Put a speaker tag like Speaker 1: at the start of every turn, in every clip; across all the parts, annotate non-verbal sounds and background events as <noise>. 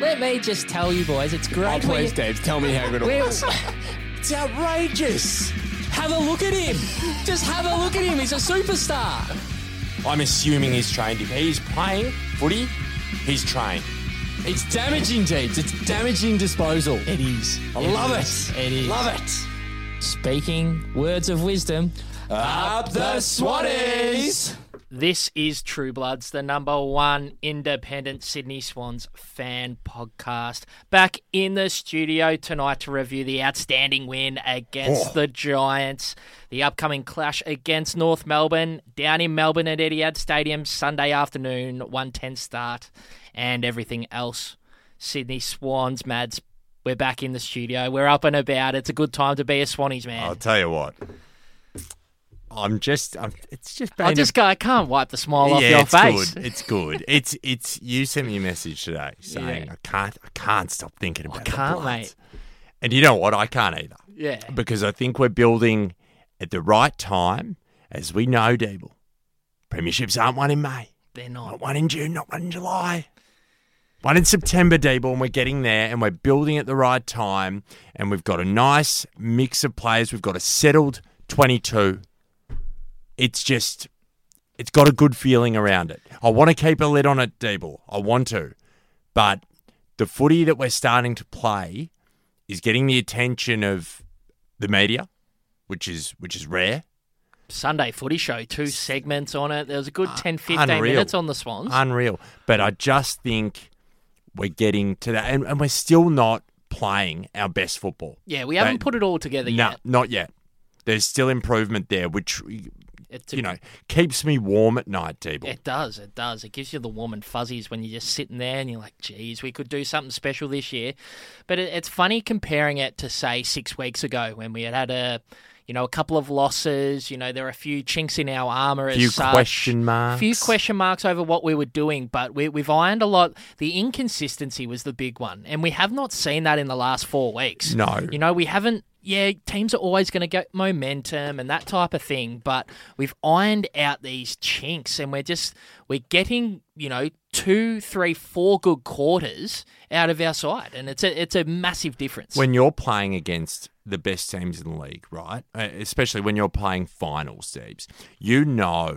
Speaker 1: Let me just tell you, boys, it's great.
Speaker 2: Oh,
Speaker 1: when
Speaker 2: please,
Speaker 1: you-
Speaker 2: Dave, tell me how good it
Speaker 1: Where- <laughs>
Speaker 2: was. It's outrageous.
Speaker 1: Have a look at him. Just have a look at him. He's a superstar.
Speaker 2: I'm assuming he's trained. If he's playing footy, he's trained.
Speaker 3: It's damaging, Jeeves. It's damaging disposal.
Speaker 1: It is.
Speaker 2: I love it.
Speaker 1: It is.
Speaker 2: Love it.
Speaker 1: Speaking words of wisdom.
Speaker 3: Up the Swatties!
Speaker 4: This is True Bloods, the number one independent Sydney Swans fan podcast. Back in the studio tonight to review the outstanding win
Speaker 3: Oh.
Speaker 4: against the Giants, the upcoming clash against North Melbourne, down in Melbourne at Etihad Stadium Sunday afternoon, 110 start, and everything else. Sydney Swans, Mads, we're back in the studio. We're up and about. It's a good time to be a Swannies man.
Speaker 3: Oh,
Speaker 5: I'll tell you what. I'm just. I'm, it's just. Been
Speaker 4: I just go, I can't wipe the smile off
Speaker 5: yeah,
Speaker 4: your
Speaker 5: it's
Speaker 4: face. <laughs>
Speaker 5: good. It's good. It's it's. You sent me a message today saying
Speaker 4: Yeah.
Speaker 5: I can't. I can't stop thinking about. the
Speaker 4: can't,
Speaker 5: Bloods." And you know what? I can't either
Speaker 4: Yeah.
Speaker 5: because I think we're building at the right time, as we know, Deeble. Premierships aren't one in May,
Speaker 4: They're not.
Speaker 5: not one in June, not one in July. One in September, Deeble, and we're getting there and we're building at the right time. And we've got a nice mix of players. We've got a settled 22. It's just, it's got a good feeling around it. I want to keep a lid on it, Deeble. I want to. But the footy that we're starting to play is getting the attention of the media, which is which is rare.
Speaker 4: Sunday footy show, two segments on it. There was a good 10, 15
Speaker 5: Uh, unreal.
Speaker 4: minutes on the Swans.
Speaker 5: Unreal. But I just think we're getting to that. And, and we're still not playing our best football.
Speaker 4: yeah, we haven't
Speaker 5: They-
Speaker 4: put it all together
Speaker 5: No,
Speaker 4: yet.
Speaker 5: not yet. There's still improvement there, which,
Speaker 4: It's
Speaker 5: you know, keeps me warm at night, Deeble.
Speaker 4: It does, it does. It gives you the warm and fuzzies when you're just sitting there and you're like, geez, we could do something special this year. But it, it's funny comparing it to, say, six weeks ago when we had had a, you know, a couple of losses. You know, there are a few chinks in our armour.
Speaker 5: Few
Speaker 4: as such.
Speaker 5: question marks.
Speaker 4: few question marks over what we were doing, but we, we've ironed a lot. The inconsistency was the big one, and we have not seen that in the last four weeks.
Speaker 5: No.
Speaker 4: You know, we haven't. Yeah, teams are always going to get momentum and that type of thing, but we've ironed out these chinks, and we're just we're getting you know two, three, four good quarters out of our side, and it's a it's a massive difference.
Speaker 5: When you're playing against the best teams in the league, right? Uh, Especially when you're playing finals, Steves, you know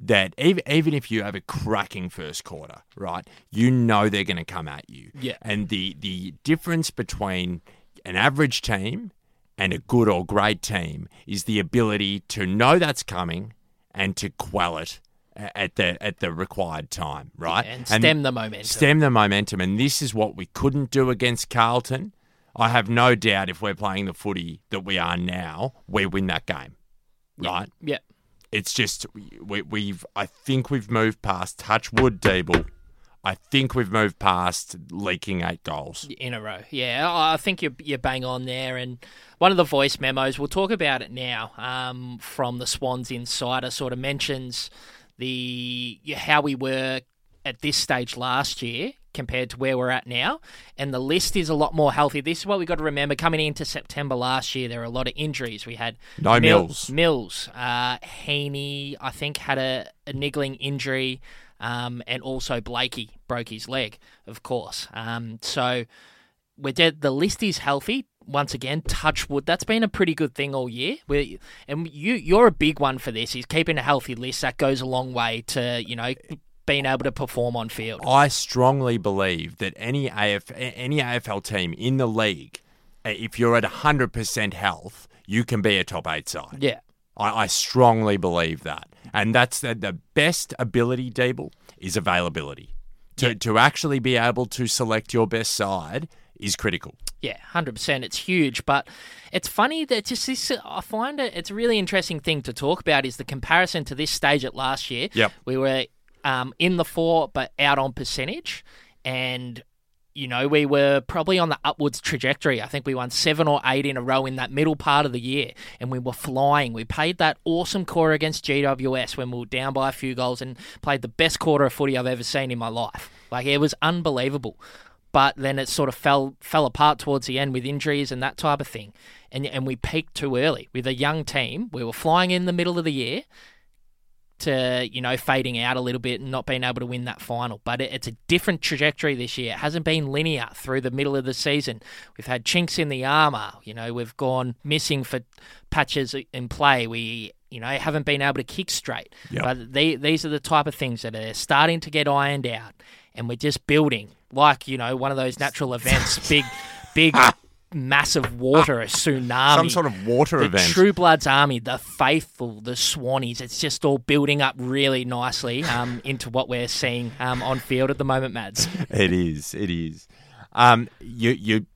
Speaker 5: that even, even if you have a cracking first quarter, right, you know they're going to come at you.
Speaker 4: Yeah.
Speaker 5: And the, the difference between an average team and a good or great team is the ability to know that's coming and to quell it a- at the at the required time, right?
Speaker 4: and stem the momentum.
Speaker 5: stem the momentum. And this is what we couldn't do against Carlton. I have no doubt if we're playing the footy that we are now, we win that game. Right?
Speaker 4: yeah.
Speaker 5: It's just we, we've. I think we've moved past touch wood, Deeble. I think we've moved past leaking eight goals.
Speaker 4: in a row. Yeah, I I think you're, you're bang on there. And one of the voice memos, we'll talk about it now, um, from the Swans Insider, sort of mentions the how we were at this stage last year compared to where we're at now. And the list is a lot more healthy. This is what we've got to remember coming into September last year. There were a lot of injuries. We had
Speaker 5: No
Speaker 4: Mil-
Speaker 5: Mills.
Speaker 4: Mills, uh, Heaney, I think, had a, a niggling injury, um, and also Blakey broke his leg, of course. Um, so we're dead. The list is healthy once again. Touch wood. That's been a pretty good thing all year. We and you, you're a big one for this. Is keeping a healthy list that goes a long way to you know being able to perform on field.
Speaker 5: I strongly believe that any AF any AFL team in the league, uh, if you're at hundred percent health, you can be a top eight side.
Speaker 4: Yeah.
Speaker 5: I, I strongly believe that. And that's the, the best ability, Deeble, is availability. To, to actually be able to select your best side is critical.
Speaker 4: Yeah, hundred percent. It's huge, but it's funny that just this. I find it. It's a really interesting thing to talk about is the comparison to this stage at last year.
Speaker 5: Yep.
Speaker 4: we were um, in the four, but out on percentage, and you know we were probably on the upwards trajectory. I think we won seven or eight in a row in that middle part of the year, and we were flying. We played that awesome quarter against GWS when we were down by a few goals, and played the best quarter of footy I've ever seen in my life. Like it was unbelievable but then it sort of fell fell apart towards the end with injuries and that type of thing. And and we peaked too early with a young team. We were flying in the middle of the year, to you know fading out a little bit and not being able to win that final. But it, it's a different trajectory this year. It hasn't been linear through the middle of the season. We've had chinks in the armor. You know, we've gone missing for patches in play. We you know haven't been able to kick straight.
Speaker 5: Yep.
Speaker 4: But they, these are the type of things that are starting to get ironed out, and we're just building like you know one of those natural events, big,
Speaker 5: <laughs>
Speaker 4: big. Massive water, a tsunami,
Speaker 5: Some sort of water
Speaker 4: the
Speaker 5: event.
Speaker 4: True Blood's army, the faithful, the Swannies. It's just all building up really nicely um, into what we're seeing um, on field at the moment, Mads.
Speaker 5: It is. It is. Um, you you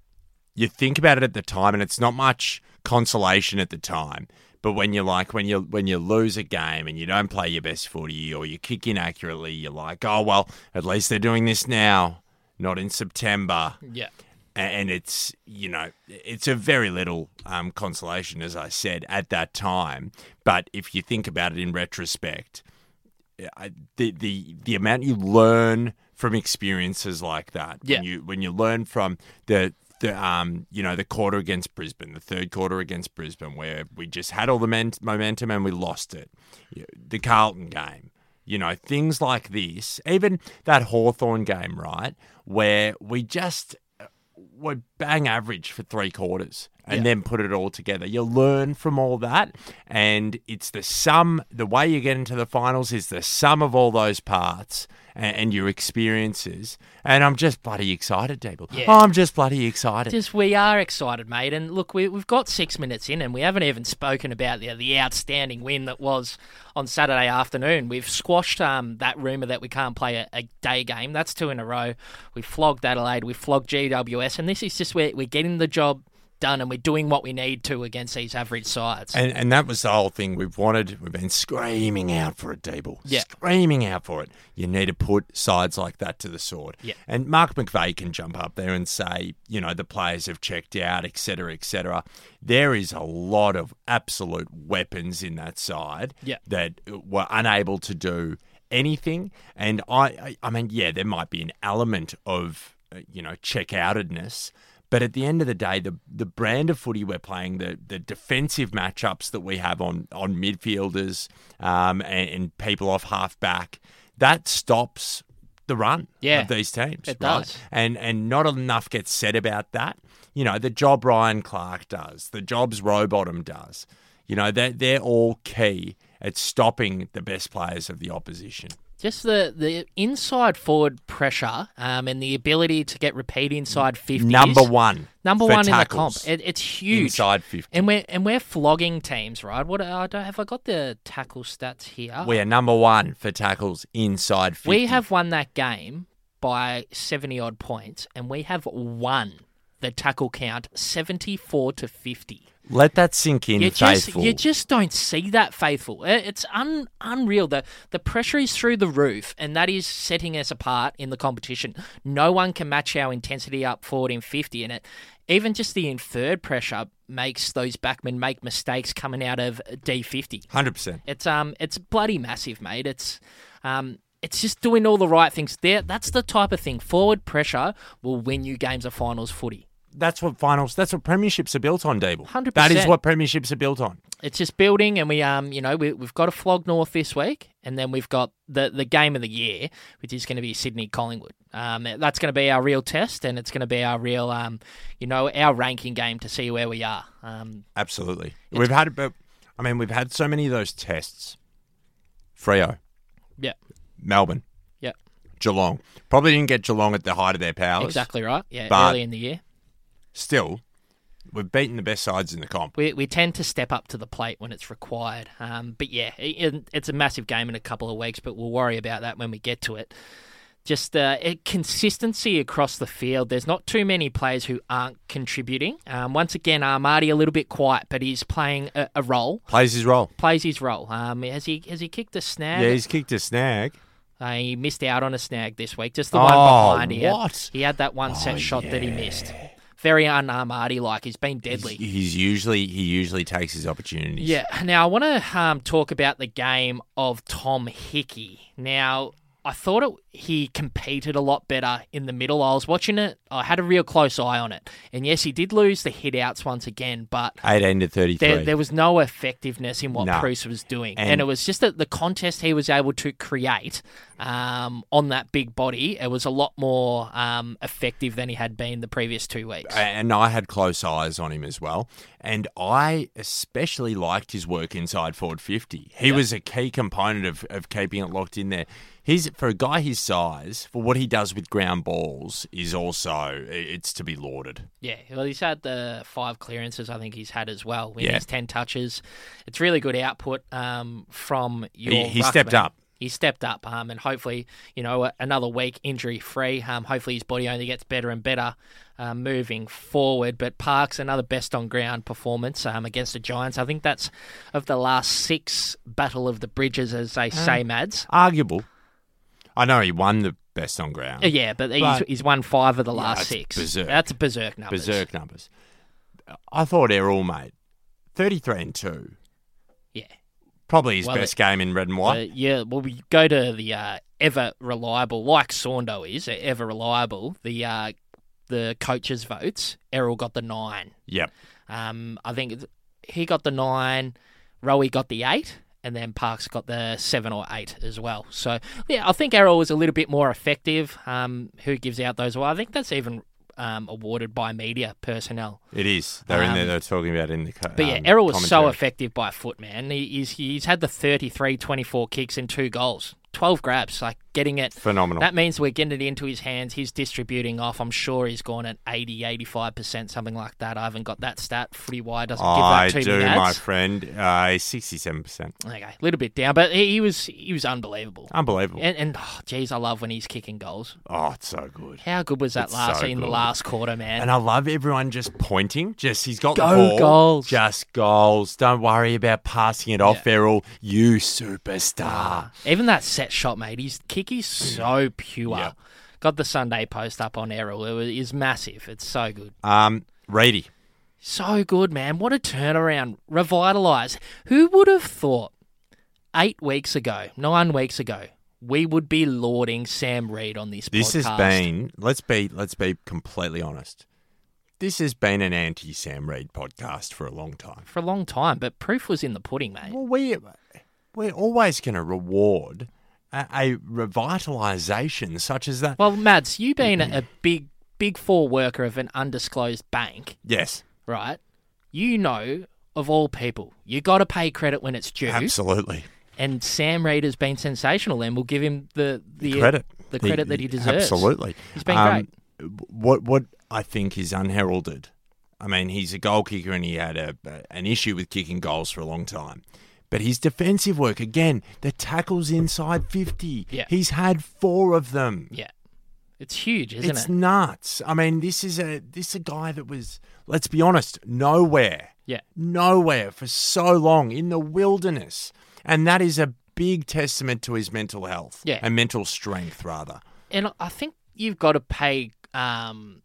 Speaker 5: you think about it at the time, and it's not much consolation at the time. But when you're like when you when you lose a game and you don't play your best footy or you kick inaccurately, you're like, oh well, at least they're doing this now, not in September.
Speaker 4: Yeah.
Speaker 5: A- And it's you know it's a very little um, consolation, as I said at that time. But if you think about it in retrospect, I, the the the amount you learn from experiences like that.
Speaker 4: Yeah.
Speaker 5: When you when you learn from the the um you know the quarter against Brisbane, the third quarter against Brisbane, where we just had all the men- momentum and we lost it. You- The Carlton game. You know, things like this, even that Hawthorn game, right? Where we just uh, were bang average for three quarters and then put it all together. You learn from all that. And it's the sum, the way you get into the finals is the sum of all those parts and, and your experiences. And I'm just bloody excited, Dable.
Speaker 4: Yeah.
Speaker 5: I'm just bloody excited.
Speaker 4: Just we are excited, mate. And look, we, we've got six minutes in, and we haven't even spoken about the the outstanding win that was on Saturday afternoon. We've squashed um, that rumor that we can't play a, a day game. That's two in a row. We flogged Adelaide. We flogged GWS, and this is just where we're getting the job done, and we're doing what we need to against these average sides.
Speaker 5: And and that was the whole thing we've wanted. We've been screaming out for it, Dable.
Speaker 4: Yeah.
Speaker 5: Screaming out for it. You need to put sides like that to the sword.
Speaker 4: Yeah.
Speaker 5: And Mark McVeigh can jump up there and say, you know, the players have checked out, et cetera, et cetera. There is a lot of absolute weapons in that side
Speaker 4: Yeah.
Speaker 5: that were unable to do anything. And I, I, I mean, yeah, there might be an element of uh, you know checkoutedness, but at the end of the day, the the brand of footy we're playing, the the defensive matchups that we have on on midfielders um, and, and people off half back, that stops the run
Speaker 4: Yeah.
Speaker 5: of these teams.
Speaker 4: It
Speaker 5: right?
Speaker 4: does.
Speaker 5: and and not enough gets said about that. You know, the job Ryan Clark does, the jobs Rowbottom does. You know, they're, they're all key at stopping the best players of the opposition.
Speaker 4: Just the, the inside forward pressure um, and the ability to get repeat inside 50s.
Speaker 5: Number one,
Speaker 4: Number
Speaker 5: for
Speaker 4: one
Speaker 5: tackles.
Speaker 4: in the comp. It, it's huge.
Speaker 5: Inside 50.
Speaker 4: And we're, and we're flogging teams, right? What I don't, Have I got the tackle stats here?
Speaker 5: we are number one for tackles inside fifty.
Speaker 4: Ah. we have won that game by 70 odd points, and we have won the tackle count 74 to 50.
Speaker 5: let that sink in,
Speaker 4: You just,
Speaker 5: faithful.
Speaker 4: you just don't see that faithful. I- It's un, unreal. The, the pressure is through the roof, and that is setting us apart in the competition. No one can match our intensity up forward in 50, and it even just the inferred pressure makes those backmen make mistakes coming out of D50.
Speaker 5: Hundred percent.
Speaker 4: It's um, it's bloody massive, mate. It's um, it's just doing all the right things. There, that's the type of thing. Forward pressure will win you games of finals footy.
Speaker 5: That's what finals. That's what premierships are built on, Dable.
Speaker 4: 100%.
Speaker 5: That is what premierships are built on.
Speaker 4: it's just building, and we um, you know, we we've got a flog north this week, and then we've got the the game of the year, which is going to be Sydney Collingwood. Um, that's going to be our real test, and it's going to be our real um, you know, our ranking game to see where we are. Um,
Speaker 5: Absolutely. we've had, but I mean, we've had so many of those tests. Freo,
Speaker 4: yeah,
Speaker 5: Melbourne,
Speaker 4: yeah,
Speaker 5: Geelong. Probably didn't get Geelong at the height of their powers.
Speaker 4: exactly right. Yeah,
Speaker 5: But-
Speaker 4: early in the year,
Speaker 5: Still, we've beaten the best sides in the comp.
Speaker 4: we we tend to step up to the plate when it's required. Um, but yeah, it, it- it's a massive game in a couple of weeks, but we'll worry about that when we get to it. just uh, it- consistency across the field. There's not too many players who aren't contributing. Um, once again, Armadi a little bit quiet, but he's playing a, a role,
Speaker 5: Plays his role.
Speaker 4: plays his role. Um, has he has he kicked a snag?
Speaker 5: Yeah, he's kicked a snag.
Speaker 4: Uh, he missed out on a snag this week, just the
Speaker 5: Oh,
Speaker 4: one behind. He had-
Speaker 5: what? Oh,
Speaker 4: He had, that one set shot that he missed. Very un Armadi like. He's been deadly.
Speaker 5: He's usually he usually takes his opportunities.
Speaker 4: Yeah. Now I want to um, talk about the game of Tom Hickey. Now I thought it, he competed a lot better in the middle. I was watching it. I had a real close eye on it. And yes, he did lose the hit outs once again, but
Speaker 5: 18 to 33.
Speaker 4: there, there was no effectiveness in what
Speaker 5: No.
Speaker 4: Proust was doing.
Speaker 5: And-
Speaker 4: And, it was just that the contest he was able to create um, on that big body, it was a lot more um, effective than he had been the previous two weeks.
Speaker 5: and I had close eyes on him as well. And I especially liked his work inside Ford 50. He was a key component of, of keeping it locked in there. He's for a guy his size, for what he does with ground balls is also i- it's to be lauded.
Speaker 4: Yeah, well, he's had the five clearances. I think he's had as well. With
Speaker 5: Yeah.
Speaker 4: his ten touches, it's really good output um, from your.
Speaker 5: he
Speaker 4: ruckman.
Speaker 5: stepped up.
Speaker 4: He stepped up, um, and hopefully, you know, another week injury free. Um, hopefully, his body only gets better and better uh, moving forward. But Parks, another best on ground performance um, against the Giants. I think that's of the last six battle of the bridges, as they say, Mads.
Speaker 5: Arguable. I know he won the best on ground.
Speaker 4: Uh, Yeah, but he's,
Speaker 5: But-
Speaker 4: he's won five of the last
Speaker 5: that's
Speaker 4: six.
Speaker 5: berserk.
Speaker 4: That's berserk numbers.
Speaker 5: Berserk numbers. I thought Errol, mate, 33 and 2.
Speaker 4: Yeah.
Speaker 5: Probably his
Speaker 4: Well,
Speaker 5: best game in red and white.
Speaker 4: Uh, yeah, well, we go to the uh, ever reliable, like Saundo is uh, ever reliable. The uh, the coaches' votes. Errol got the nine.
Speaker 5: yep.
Speaker 4: Um, I think it's- he got the nine. Rowie got the eight, and then Parks got the seven or eight as well. So yeah, I think Errol was a little bit more effective. Um, who gives out those? Well, I think that's even um, awarded by media personnel.
Speaker 5: It is. They're in there.
Speaker 4: Um,
Speaker 5: They're talking about it in the. Co-
Speaker 4: But yeah,
Speaker 5: um,
Speaker 4: Errol was so
Speaker 5: commentary.
Speaker 4: effective by foot, man. He, he's, he's had the 33, 24 kicks and two goals, 12 grabs, like getting it.
Speaker 5: phenomenal.
Speaker 4: That means we're getting it into his hands. He's distributing off. I'm sure he's gone at 80, 85%, something like that. I haven't got that stat. Footy wire doesn't
Speaker 5: I
Speaker 4: give that to
Speaker 5: do,
Speaker 4: me.
Speaker 5: my
Speaker 4: Mads.
Speaker 5: friend. Uh, sixty-seven percent.
Speaker 4: Okay, a little bit down, but he, he was he was unbelievable.
Speaker 5: Unbelievable.
Speaker 4: And, and oh, geez, I love when he's kicking goals.
Speaker 5: oh, it's so good.
Speaker 4: How good was that
Speaker 5: It's
Speaker 4: last
Speaker 5: so
Speaker 4: in the
Speaker 5: good.
Speaker 4: last quarter, man?
Speaker 5: And I love everyone just pointing. Just he's got the
Speaker 4: Go
Speaker 5: ball.
Speaker 4: goals.
Speaker 5: Just goals. Don't worry about passing it off, Errol. You superstar.
Speaker 4: Even that set shot, mate, his kick is so pure.
Speaker 5: Mm. Yeah.
Speaker 4: Got the Sunday post up on Errol. It was, is massive. It's so good.
Speaker 5: Um, Reedy.
Speaker 4: So good, man. What a turnaround. Revitalize. Who would have thought eight weeks ago, nine weeks ago, we would be lauding Sam Reed on this,
Speaker 5: This
Speaker 4: podcast?
Speaker 5: has been. Let's be. Let's be completely honest. This has been an anti-Sam Reed podcast for a long time.
Speaker 4: for a long time, but proof was in the pudding, mate.
Speaker 5: Well, we we're always going to reward a, a revitalization such as that. Mm-hmm.
Speaker 4: Well, Mads, you being a a big, big four worker of an undisclosed bank,
Speaker 5: yes,
Speaker 4: right? You know, of all people, you got to pay credit when it's due.
Speaker 5: absolutely.
Speaker 4: and Sam Reid has been sensational, and we'll give him the the,
Speaker 5: credit,
Speaker 4: the credit that he deserves.
Speaker 5: Absolutely, Um,
Speaker 4: He's been
Speaker 5: What what I think is unheralded. I mean, he's a goal kicker, and he had a, a- an issue with kicking goals for a long time. But his defensive work again, the tackles inside fifty.
Speaker 4: Yeah.
Speaker 5: he's had four of them.
Speaker 4: Yeah, it's huge, isn't
Speaker 5: It's
Speaker 4: it?
Speaker 5: nuts. I mean, this is a this is a guy that was, let's be honest, nowhere.
Speaker 4: Yeah.
Speaker 5: Nowhere for so long in the wilderness. And that is a big testament to his mental health.
Speaker 4: Yeah.
Speaker 5: And mental strength rather.
Speaker 4: And I think you've got to pay um,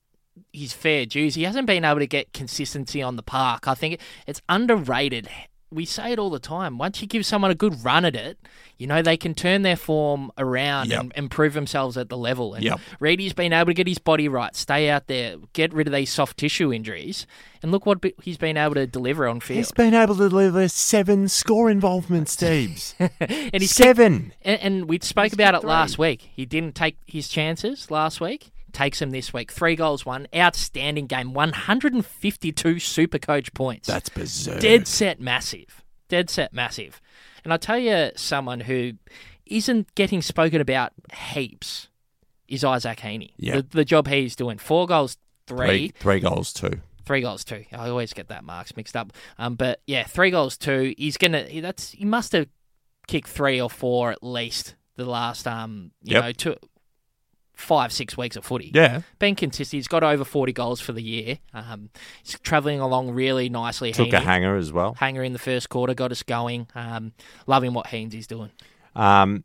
Speaker 4: his fair dues. He hasn't been able to get consistency on the park. I think it's underrated. We say it all the time. Once you give someone a good run at it, you know they can turn their form around
Speaker 5: Yep.
Speaker 4: and improve themselves at the level. And
Speaker 5: Yep.
Speaker 4: Reedy's been able to get his body right, stay out there, get rid of these soft tissue injuries, and look what be- he's been able to deliver on field.
Speaker 5: He's been able to deliver seven score involvements, Steves.
Speaker 4: <laughs> and he's kicked
Speaker 5: seven.
Speaker 4: And, and we spoke about it last week. He didn't take his chances last week. Takes him this week. Three goals, one outstanding game. One hundred and fifty-two Super Coach points.
Speaker 5: That's berserk.
Speaker 4: dead set massive. Dead set massive. And I tell you, someone who isn't getting spoken about heaps is Isaac Heaney.
Speaker 5: Yeah.
Speaker 4: The, the job he's doing. Four goals,
Speaker 5: Three, three goals too.
Speaker 4: Three goals, two. I always get that marks mixed up. Um, but yeah, three goals, two. He's gonna. he- That's he must have kicked three or four at least the last um, you
Speaker 5: Yep.
Speaker 4: know, two, five, six weeks of footy.
Speaker 5: Yeah.
Speaker 4: been consistent. He's got over forty goals for the year. Um, he's travelling along really nicely.
Speaker 5: Took a
Speaker 4: Heaney.
Speaker 5: hanger as well.
Speaker 4: hanger in the first quarter, got us going. Um, loving what Haynes is doing.
Speaker 5: Um,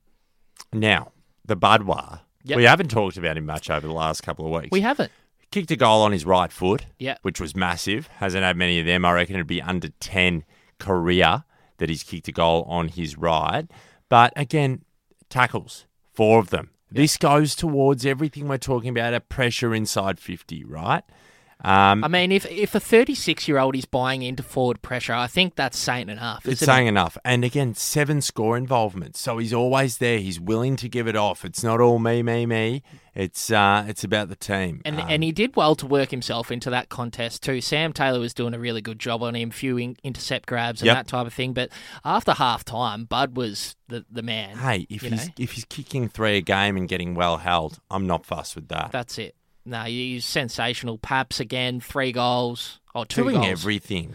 Speaker 5: now, the Budwa.
Speaker 4: Yep.
Speaker 5: We haven't talked about him much over the last couple of weeks.
Speaker 4: We haven't.
Speaker 5: kicked a goal on his right foot,
Speaker 4: Yeah.
Speaker 5: which was massive. Hasn't had many of them. I reckon it'd be under 10 career that he's kicked a goal on his right. But again, tackles. Four of them. This goes towards everything we're talking about a pressure inside 50, right? Um,
Speaker 4: I mean, if if a 36 year old is buying into forward pressure, I think that's saying enough.
Speaker 5: It's
Speaker 4: isn't
Speaker 5: saying enough. And again, seven score involvements. So he's always there. He's willing to give it off. It's not all me, me, me. It's uh, it's about the team.
Speaker 4: And,
Speaker 5: Uh,
Speaker 4: and he did well to work himself into that contest too. Sam Taylor was doing a really good job on him, few in- intercept grabs and
Speaker 5: Yep.
Speaker 4: that type of thing. But after half time, Bud was the, the man.
Speaker 5: hey, if
Speaker 4: you
Speaker 5: he's
Speaker 4: know?
Speaker 5: if he's kicking three a game and getting well held, I'm not fussed with that.
Speaker 4: That's it. No, he- he's sensational. Paps again, three goals or two
Speaker 5: Doing
Speaker 4: goals.
Speaker 5: everything.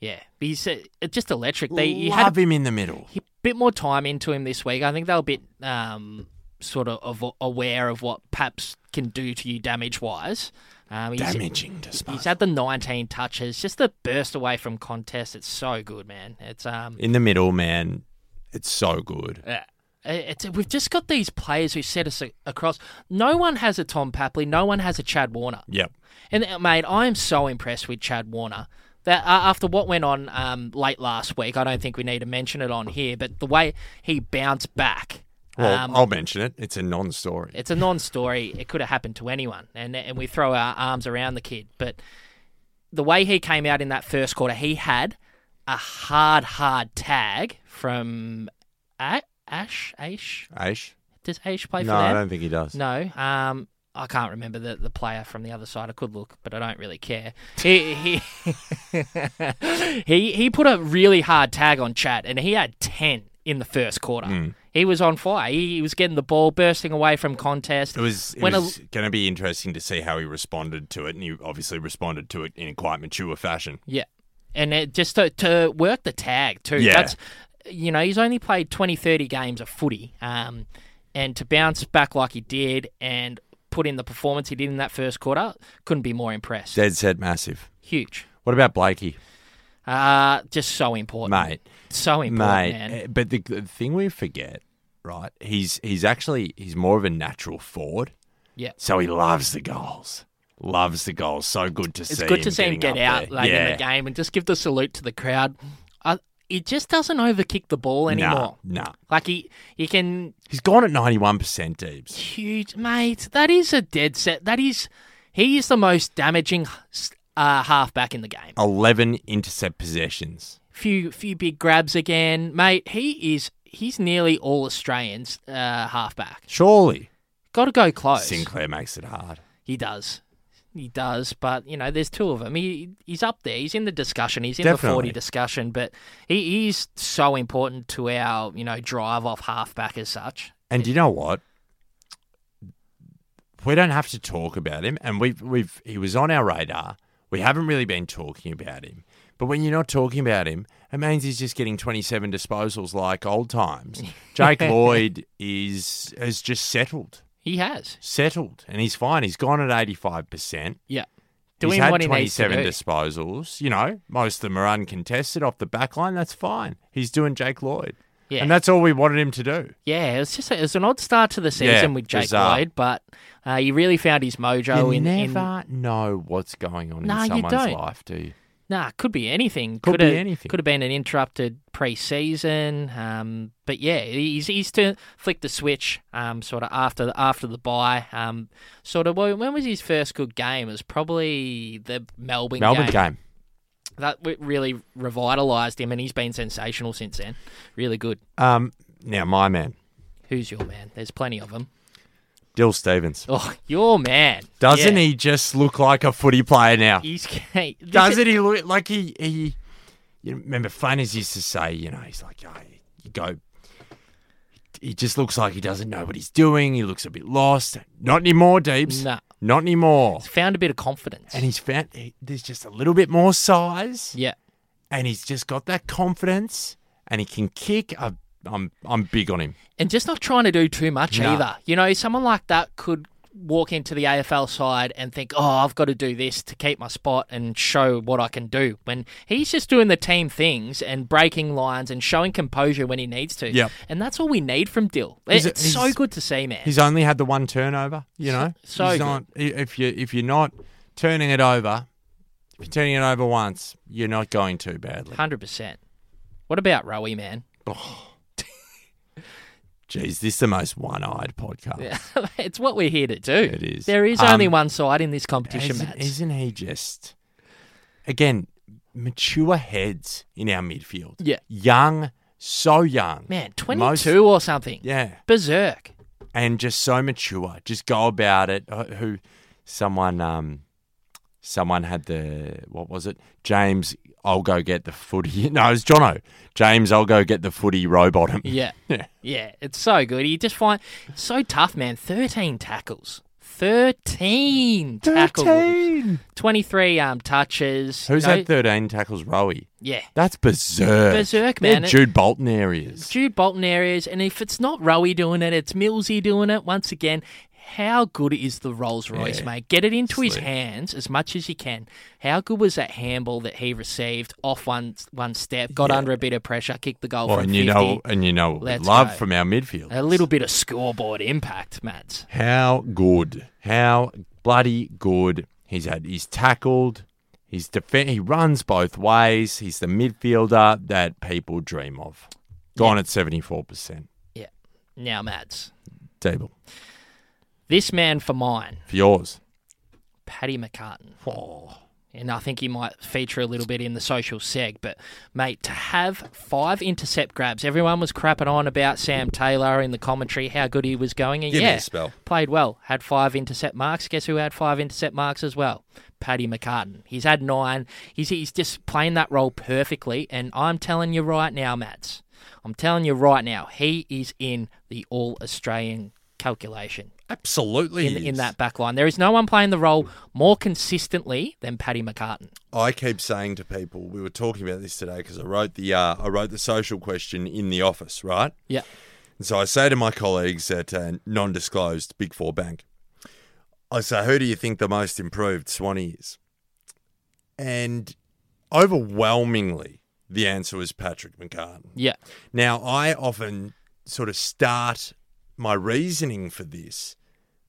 Speaker 4: Yeah, but he's uh, just electric. They you had
Speaker 5: Love
Speaker 4: a
Speaker 5: him in the middle.
Speaker 4: bit more time into him this week. I think they were a bit um, sort of av- aware of what Paps can do to you damage wise. Um, he's-
Speaker 5: Damaging
Speaker 4: He's
Speaker 5: disposal.
Speaker 4: had the 19 touches, just the burst away from contest. It's so good, man. It's um,
Speaker 5: In the middle, man. It's so good.
Speaker 4: uh, it's we've just got these players who set us a- across. No one has a Tom Papley, no one has a Chad Warner.
Speaker 5: Yep.
Speaker 4: And uh, mate, I am so impressed with Chad Warner. That uh, after what went on um, late last week, I don't think we need to mention it on here. But the way he bounced back,
Speaker 5: Well,
Speaker 4: um,
Speaker 5: I'll mention it. It's a non-story.
Speaker 4: it's a non-story. It could have happened to anyone, and and we throw our arms around the kid. But the way he came out in that first quarter, he had a hard, hard tag from A- Ash. Ash
Speaker 5: Aish?
Speaker 4: does Ash play
Speaker 5: No,
Speaker 4: for
Speaker 5: I
Speaker 4: them?
Speaker 5: don't think he does.
Speaker 4: No, um, I can't remember the, the player from the other side. I could look, but I don't really care. He he <laughs> he, he put a really hard tag on Chat, and he had ten in the first quarter.
Speaker 5: Hmm.
Speaker 4: He was on fire. He, he was getting the ball, bursting away from contest.
Speaker 5: It was, it
Speaker 4: When a-
Speaker 5: was going to be interesting to see how he responded to it, and he obviously responded to it in quite mature fashion.
Speaker 4: yeah, and it, just to, to work the tag too.
Speaker 5: Yeah.
Speaker 4: That's you know he's only played 20, 30 games of footy, um, and to bounce back like he did and put in the performance he did in that first quarter, couldn't be more impressed.
Speaker 5: Dead set massive.
Speaker 4: Huge.
Speaker 5: What about Blakey,
Speaker 4: Uh, just so important,
Speaker 5: mate?
Speaker 4: So
Speaker 5: mate,
Speaker 4: important, man.
Speaker 5: eh, but the, the thing we forget, right? He's he's actually he's more of a natural forward,
Speaker 4: Yeah,
Speaker 5: so he loves the goals. Loves the goals. So good to
Speaker 4: it's
Speaker 5: see.
Speaker 4: good to see him
Speaker 5: getting
Speaker 4: get
Speaker 5: up
Speaker 4: out
Speaker 5: there.
Speaker 4: late
Speaker 5: yeah.
Speaker 4: in the game and just give the salute to the crowd. Uh, he just doesn't overkick the ball anymore.
Speaker 5: Nah, nah.
Speaker 4: Like he, he can
Speaker 5: He's gone at ninety-one percent, Deebs.
Speaker 4: huge, mate. That is a dead set. That is, he is the most damaging uh, halfback in the game.
Speaker 5: Eleven intercept possessions.
Speaker 4: Few, few big grabs again, mate. He is, he's nearly all Australians uh, halfback.
Speaker 5: Surely
Speaker 4: Got to go close.
Speaker 5: Sinclair makes it hard.
Speaker 4: He does. He does, but you know, there's two of them. He he's up there. He's in the discussion. He's in the
Speaker 5: Definitely.
Speaker 4: forty discussion, but he is so important to our you know drive off halfback as such.
Speaker 5: And you know what? We don't have to talk about him, and we've we've he was on our radar. We haven't really been talking about him, but when you're not talking about him, it means he's just getting 27 disposals like old
Speaker 4: <laughs>
Speaker 5: times. Jake Lloyd is has just settled,
Speaker 4: He has,
Speaker 5: settled, and he's fine. He's gone at 85 percent.
Speaker 4: yeah,
Speaker 5: He's
Speaker 4: doing
Speaker 5: had
Speaker 4: what he needs to
Speaker 5: 27
Speaker 4: do.
Speaker 5: disposals. You know, most of them are uncontested off the back line. That's fine. He's doing Jake Lloyd,
Speaker 4: Yeah.
Speaker 5: and that's all we wanted him to do.
Speaker 4: yeah, it was just a, it was an odd start to the season
Speaker 5: Yeah,
Speaker 4: with Jake
Speaker 5: bizarre.
Speaker 4: Lloyd, but uh, he really found his mojo
Speaker 5: you
Speaker 4: in. in-
Speaker 5: never know what's going on
Speaker 4: Nah,
Speaker 5: in
Speaker 4: you
Speaker 5: someone's
Speaker 4: don't.
Speaker 5: life, do you?
Speaker 4: Nah, could be anything.
Speaker 5: Could
Speaker 4: have,
Speaker 5: be anything.
Speaker 4: Could have been an interrupted pre-season. Um, but yeah, he's he's to flick the switch. Um, sort of after the, after the bye. Um, sort of when when was his first good game? It was probably the Melbourne,
Speaker 5: Melbourne
Speaker 4: game.
Speaker 5: game.
Speaker 4: That w- really revitalised him, and he's been sensational since then. Really good.
Speaker 5: Um, now my man,
Speaker 4: Who's your man? There's plenty of them.
Speaker 5: Dill Stevens.
Speaker 4: Oh, your man.
Speaker 5: Doesn't
Speaker 4: Yeah.
Speaker 5: he just look like a footy player now?
Speaker 4: He's <laughs> this is-
Speaker 5: Doesn't he look like he he? You know, remember, Flanners used to say, you know, he's like, oh, you go. He just looks like he doesn't know what he's doing. He looks a bit lost. Not anymore, Deeps.
Speaker 4: Nah.
Speaker 5: Not anymore.
Speaker 4: found a bit of confidence.
Speaker 5: And he's found he, there's just a little bit more size.
Speaker 4: yeah.
Speaker 5: and he's just got that confidence and he can kick. I, I'm I'm big on him.
Speaker 4: and just not trying to do too much
Speaker 5: No.
Speaker 4: either. You know, someone like that could walk into the AFL side and think, "Oh, I've got to do this to keep my spot and show what I can do." When he's just doing the team things and breaking lines and showing composure when he needs to.
Speaker 5: Yep.
Speaker 4: And that's all we need from Dill.
Speaker 5: He's-
Speaker 4: it's so
Speaker 5: he's-
Speaker 4: good to see, man.
Speaker 5: He's only had the one turnover, you know.
Speaker 4: So- so
Speaker 5: he's
Speaker 4: good.
Speaker 5: not if you if you're not turning it over, if you're turning it over once, you're not going too
Speaker 4: <laughs>
Speaker 5: badly.
Speaker 4: 100%. What about Rowie, man?
Speaker 5: Geez, this is the most one-eyed podcast.
Speaker 4: <laughs> it's what we're here to do.
Speaker 5: Oh. It is.
Speaker 4: There is
Speaker 5: Um,
Speaker 4: only one side in this competition,
Speaker 5: Isn't,
Speaker 4: Matt.
Speaker 5: isn't he just again mature heads in our midfield?
Speaker 4: Yeah.
Speaker 5: young, so young,
Speaker 4: Man,
Speaker 5: Most-
Speaker 4: 22 or something.
Speaker 5: yeah,
Speaker 4: Berserk.
Speaker 5: and just so mature. Just go about it. Uh, Who? Someone. Um. Someone had the what was it? James, I'll go get the footy. <laughs> No, it was Jono. James, I'll go get the footy robot. <laughs>
Speaker 4: Yeah.
Speaker 5: Yeah.
Speaker 4: Yeah. It's so good. You just find so tough, man. 13 tackles. 13 tackles. 23 um, touches.
Speaker 5: Who's
Speaker 4: No-
Speaker 5: had thirteen tackles? Rowie.
Speaker 4: Yeah.
Speaker 5: That's berserk.
Speaker 4: Berserk,
Speaker 5: They're
Speaker 4: man.
Speaker 5: Jude Bolton areas.
Speaker 4: Jude Bolton areas, and if it's not Rowie doing it, it's Millsy doing it once again. How good is the Rolls Royce,
Speaker 5: Yeah.
Speaker 4: mate? Get it into his
Speaker 5: Sweet.
Speaker 4: hands as much as you can. How good was that handball that he received off one one step, got under a bit of pressure, kicked the goal
Speaker 5: Well,
Speaker 4: from
Speaker 5: and
Speaker 4: 50.
Speaker 5: you know, and you know, what we
Speaker 4: Let's
Speaker 5: love
Speaker 4: go.
Speaker 5: from our midfield.
Speaker 4: a little bit of scoreboard impact, Matt.
Speaker 5: How good? How bloody good? He's had. He's tackled. He's defen He runs both ways. He's the midfielder that people dream of. Gone at seventy four percent.
Speaker 4: Yeah. Now, Mads,
Speaker 5: Table
Speaker 4: this man for mine,
Speaker 5: for yours.
Speaker 4: Paddy McCartan. And I think he might feature a little bit in the social seg. But, mate, to have five intercept grabs, everyone was crapping on about Sam Taylor in the commentary, how good he was going. And
Speaker 5: Give me
Speaker 4: yeah,
Speaker 5: a spell.
Speaker 4: played well, had five intercept marks. Guess who had five intercept marks as well? Paddy McCartan. He's had nine. He's, he's just playing that role perfectly. And I'm telling you right now, Mats, I'm telling you right now, he is in the All Australian calculation
Speaker 5: Absolutely.
Speaker 4: in, in that back line. There is no one playing the role more consistently than Paddy McCartan.
Speaker 5: I keep saying to people, we were talking about this today because I wrote the uh, I wrote the social question in the office, right?
Speaker 4: Yeah.
Speaker 5: And so I say to my colleagues at uh, non disclosed Big Four Bank, I say, who do you think the most improved Swanee is? And overwhelmingly, the answer was Patrick McCartan.
Speaker 4: Yeah.
Speaker 5: Now, I often sort of start my reasoning for this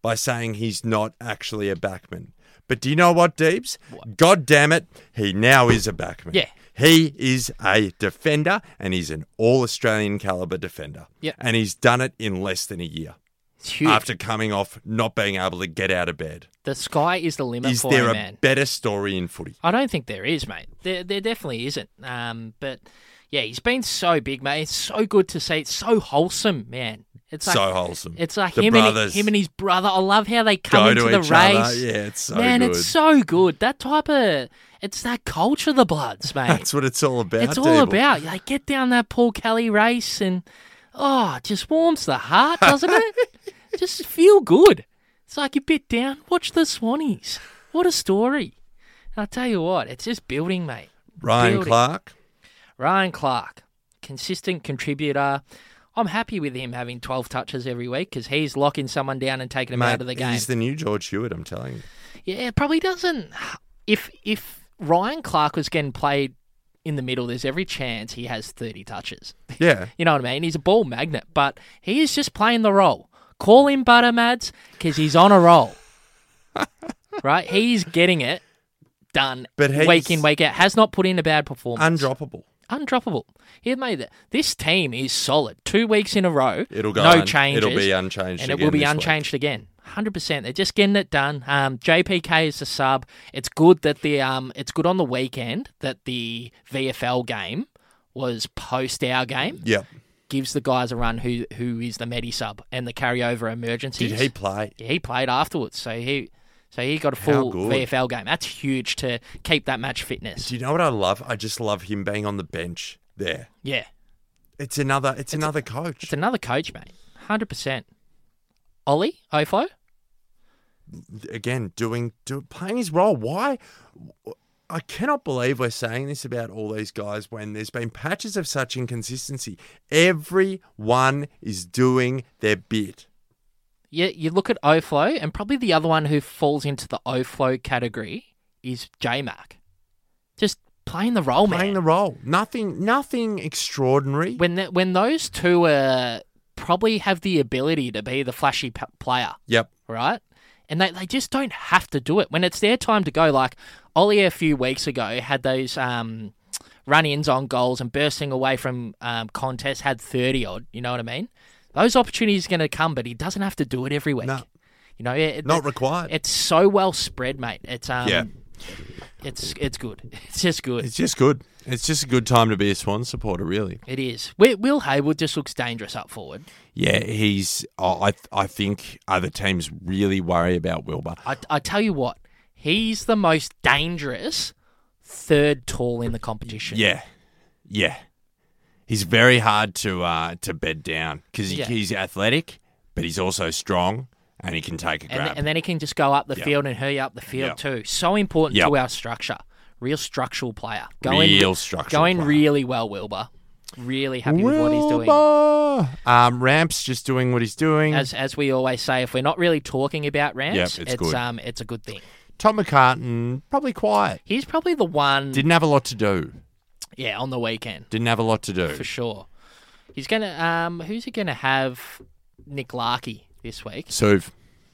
Speaker 5: by saying he's not actually a backman. But do you know what, Deebs? God damn it, he now is a backman.
Speaker 4: Yeah.
Speaker 5: He is a defender and he's an all Australian caliber defender.
Speaker 4: Yep.
Speaker 5: And he's done it in less than a year
Speaker 4: It's huge.
Speaker 5: after coming off not being able to get out of bed.
Speaker 4: the sky is the limit
Speaker 5: is
Speaker 4: for
Speaker 5: there
Speaker 4: him,
Speaker 5: a
Speaker 4: man.
Speaker 5: better story in footy?
Speaker 4: I don't think there is, mate. There, there definitely isn't. Um, but yeah, he's been so big, mate. It's so good to see. It's so wholesome, man. It's like,
Speaker 5: so wholesome.
Speaker 4: It's like
Speaker 5: the
Speaker 4: him and
Speaker 5: brothers
Speaker 4: he, him and his brother. I love how they come
Speaker 5: go
Speaker 4: into
Speaker 5: to
Speaker 4: the
Speaker 5: each
Speaker 4: race.
Speaker 5: other. Yeah, it's so
Speaker 4: man,
Speaker 5: good.
Speaker 4: it's so good. That type of it's that culture, of the Bloods, mate.
Speaker 5: That's what it's all about.
Speaker 4: It's all
Speaker 5: Deeble.
Speaker 4: about like get down that Paul Kelly race and oh, it just warms the heart, doesn't
Speaker 5: <laughs>
Speaker 4: it? just feel good. It's like you bit down. Watch the Swannies. What a story! And I tell you what, it's just building, mate.
Speaker 5: Ryan
Speaker 4: building.
Speaker 5: Clark.
Speaker 4: Ryan Clark, consistent contributor. I'm happy with him having 12 touches every week because he's locking someone down and taking them
Speaker 5: Mate,
Speaker 4: out of the game.
Speaker 5: He's the new George Hewitt, I'm telling you.
Speaker 4: Yeah, it probably doesn't. If if Ryan Clark was getting played in the middle, there's every chance he has 30 touches. <laughs>
Speaker 5: Yeah.
Speaker 4: You know what I mean? He's a ball magnet, but he is just playing the role. Call him Butter Mads because he's on a roll. right? He's getting it done
Speaker 5: But he's-
Speaker 4: week in, week out. Has not put in a bad performance.
Speaker 5: Undroppable.
Speaker 4: Undroppable. He made that. This team is solid. Two weeks in a row.
Speaker 5: It'll go
Speaker 4: No
Speaker 5: un-
Speaker 4: changes.
Speaker 5: it'll be unchanged
Speaker 4: And it
Speaker 5: again
Speaker 4: will be
Speaker 5: this week.
Speaker 4: unchanged again. Hundred percent. They're just getting it done. Um, JPK is the sub. It's good that the um, it's good on the weekend that the VFL game was post our game.
Speaker 5: Yeah.
Speaker 4: Gives the guys a run who who is the Medi sub and the carryover emergency.
Speaker 5: Did he play?
Speaker 4: Yeah, he played afterwards, so he so he got a
Speaker 5: How
Speaker 4: full
Speaker 5: good.
Speaker 4: VFL game. That's huge to keep that match fitness.
Speaker 5: Do you know what I love? I just love him being on the bench there.
Speaker 4: yeah.
Speaker 5: It's another it's, another coach.
Speaker 4: It's another coach, mate. Hundred percent. Ollie oh Ofo.
Speaker 5: Again, doing do, playing his role. Why I cannot believe we're saying this about all these guys when there's been patches of such inconsistency. Everyone is doing their bit.
Speaker 4: Yeah, you look at Oflo, and probably the other one who falls into the Oflo category is J Mac. Just playing the role,
Speaker 5: Playing
Speaker 4: man.
Speaker 5: the role. Nothing nothing extraordinary.
Speaker 4: When that when those two are probably have the ability to be the flashy p- player,
Speaker 5: yep.
Speaker 4: right? And they, they just don't have to do it when it's their time to go. Like Ollie a few weeks ago had those um, run ins on goals and bursting away from um, contests, had 30 odd, you know what I mean? Those opportunities are going to come, but he doesn't have to do it every week.
Speaker 5: No.
Speaker 4: You know, it,
Speaker 5: Not
Speaker 4: it-
Speaker 5: required.
Speaker 4: It's so well spread, mate. It's um,
Speaker 5: Yeah.
Speaker 4: it's it's good. <laughs> It's just good.
Speaker 5: It's just good. It's just a good time to be a Swan supporter, really.
Speaker 4: It is. Wi- Will Hayward just looks dangerous up forward.
Speaker 5: Yeah, he's. I I- I think other teams really worry about Wilbur.
Speaker 4: I, I tell you what, he's the most dangerous third tall in the competition.
Speaker 5: Yeah, yeah. He's very hard to uh, to bed down because he,
Speaker 4: Yeah.
Speaker 5: he's athletic, but he's also strong and he can take a
Speaker 4: And,
Speaker 5: grab.
Speaker 4: and then he can just go up the
Speaker 5: Yeah.
Speaker 4: field and hurry up the field
Speaker 5: Yeah.
Speaker 4: too. So important
Speaker 5: Yeah.
Speaker 4: to our structure. Real structural player.
Speaker 5: Real structural
Speaker 4: Going
Speaker 5: player.
Speaker 4: really well, Wilbur. Really happy with what he's doing.
Speaker 5: Wilbur! Um, Ramp's just doing what he's doing.
Speaker 4: As as we always say, if we're not really talking about Rams,
Speaker 5: Yep, it's good.
Speaker 4: um it's a good thing.
Speaker 5: Tom
Speaker 4: Mm.
Speaker 5: McCartan probably quiet.
Speaker 4: He's probably the one
Speaker 5: Didn't have a lot to do.
Speaker 4: yeah, on the weekend.
Speaker 5: Didn't have a lot to do.
Speaker 4: for sure. He's gonna um who's he gonna have Nick Larky this week?
Speaker 5: So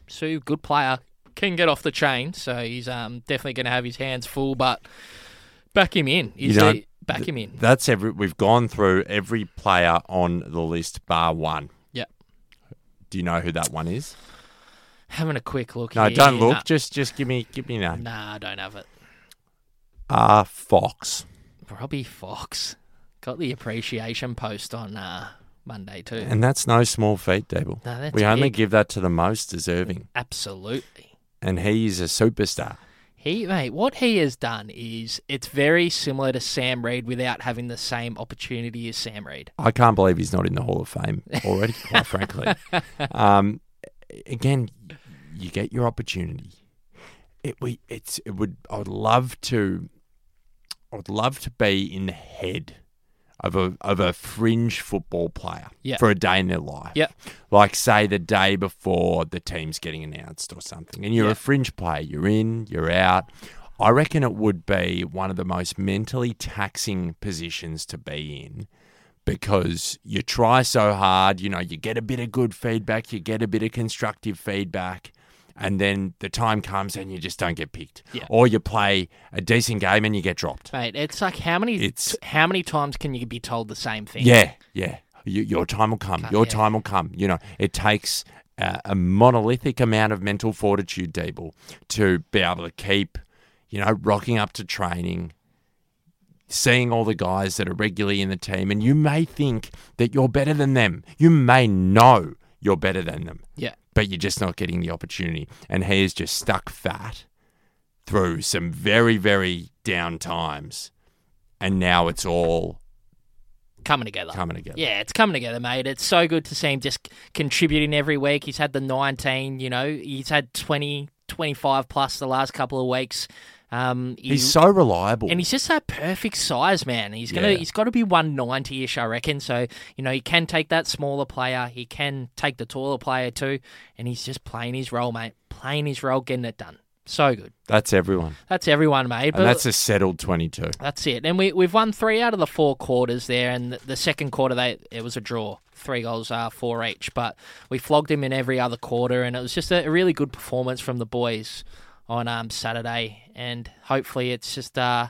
Speaker 4: Sue, good player, can get off the chain, so he's um definitely gonna have his hands full, but back him in. Is
Speaker 5: You know,
Speaker 4: he- back him in.
Speaker 5: that's every. We've gone through every player on the list bar one.
Speaker 4: Yep.
Speaker 5: Do you know who that one is?
Speaker 4: Having a quick look
Speaker 5: No,
Speaker 4: here.
Speaker 5: don't look.
Speaker 4: Nah,
Speaker 5: Just just give me give me a name.
Speaker 4: nah, I don't have it.
Speaker 5: Ah, Fox.
Speaker 4: Robbie Fox. Got the appreciation post on uh Monday too.
Speaker 5: And that's no small feat, Dable.
Speaker 4: No, that's
Speaker 5: we only
Speaker 4: big.
Speaker 5: give that to the most deserving.
Speaker 4: Absolutely.
Speaker 5: And he is a superstar.
Speaker 4: He, mate, what he has done is it's very similar to Sam Reed without having the same opportunity as Sam Reed.
Speaker 5: I can't believe he's not in the Hall of Fame already, <laughs> quite frankly. Um, again, you get your opportunity. It we it's it would I would love to I would love to be in the head of a of a fringe football player
Speaker 4: Yeah.
Speaker 5: for a day in their life.
Speaker 4: Yeah.
Speaker 5: Like say the day before the team's getting announced or something. And you're a fringe player. You're in, you're out. I reckon it would be one of the most mentally taxing positions to be in because you try so hard, you know, you get a bit of good feedback, you get a bit of constructive feedback, and then the time comes and you just don't get picked.
Speaker 4: Yeah.
Speaker 5: Or you play a decent game and you get dropped.
Speaker 4: Mate, it's like how many
Speaker 5: It's-
Speaker 4: t- how many times can you be told the same thing?
Speaker 5: Yeah, yeah. You, your time will come. Your time will come. You know, it takes uh, a monolithic amount of mental fortitude, Deeble, to be able to keep, you know, rocking up to training, seeing all the guys that are regularly in the team, and you may think that you're better than them. You may know you're better than them,
Speaker 4: Yeah.
Speaker 5: but you're just not getting the opportunity. And he is just stuck fat through some very, very down times, and now it's all
Speaker 4: Coming together.
Speaker 5: coming together.
Speaker 4: Yeah, it's coming together, mate. It's so good to see him just c- contributing every week. He's had the 19, you know, he's had 20, 25 plus the last couple of weeks. Um, he-
Speaker 5: He's so reliable.
Speaker 4: and he's just that perfect size, man. He's gonna,
Speaker 5: Yeah.
Speaker 4: he's got to be one ninety ish, I reckon. So you know, he can take that smaller player, he can take the taller player too, and he's just playing his role, mate. Playing his role, getting it done. So good.
Speaker 5: that's everyone.
Speaker 4: That's everyone, mate.
Speaker 5: And
Speaker 4: but-
Speaker 5: that's a settled 22.
Speaker 4: That's it. And we, we've won three out of the four quarters there. And the, the second quarter, they it was a draw. Three goals, uh, four each. But we flogged him in every other quarter. And it was just a, a really good performance from the boys on um, Saturday. And hopefully it's just uh,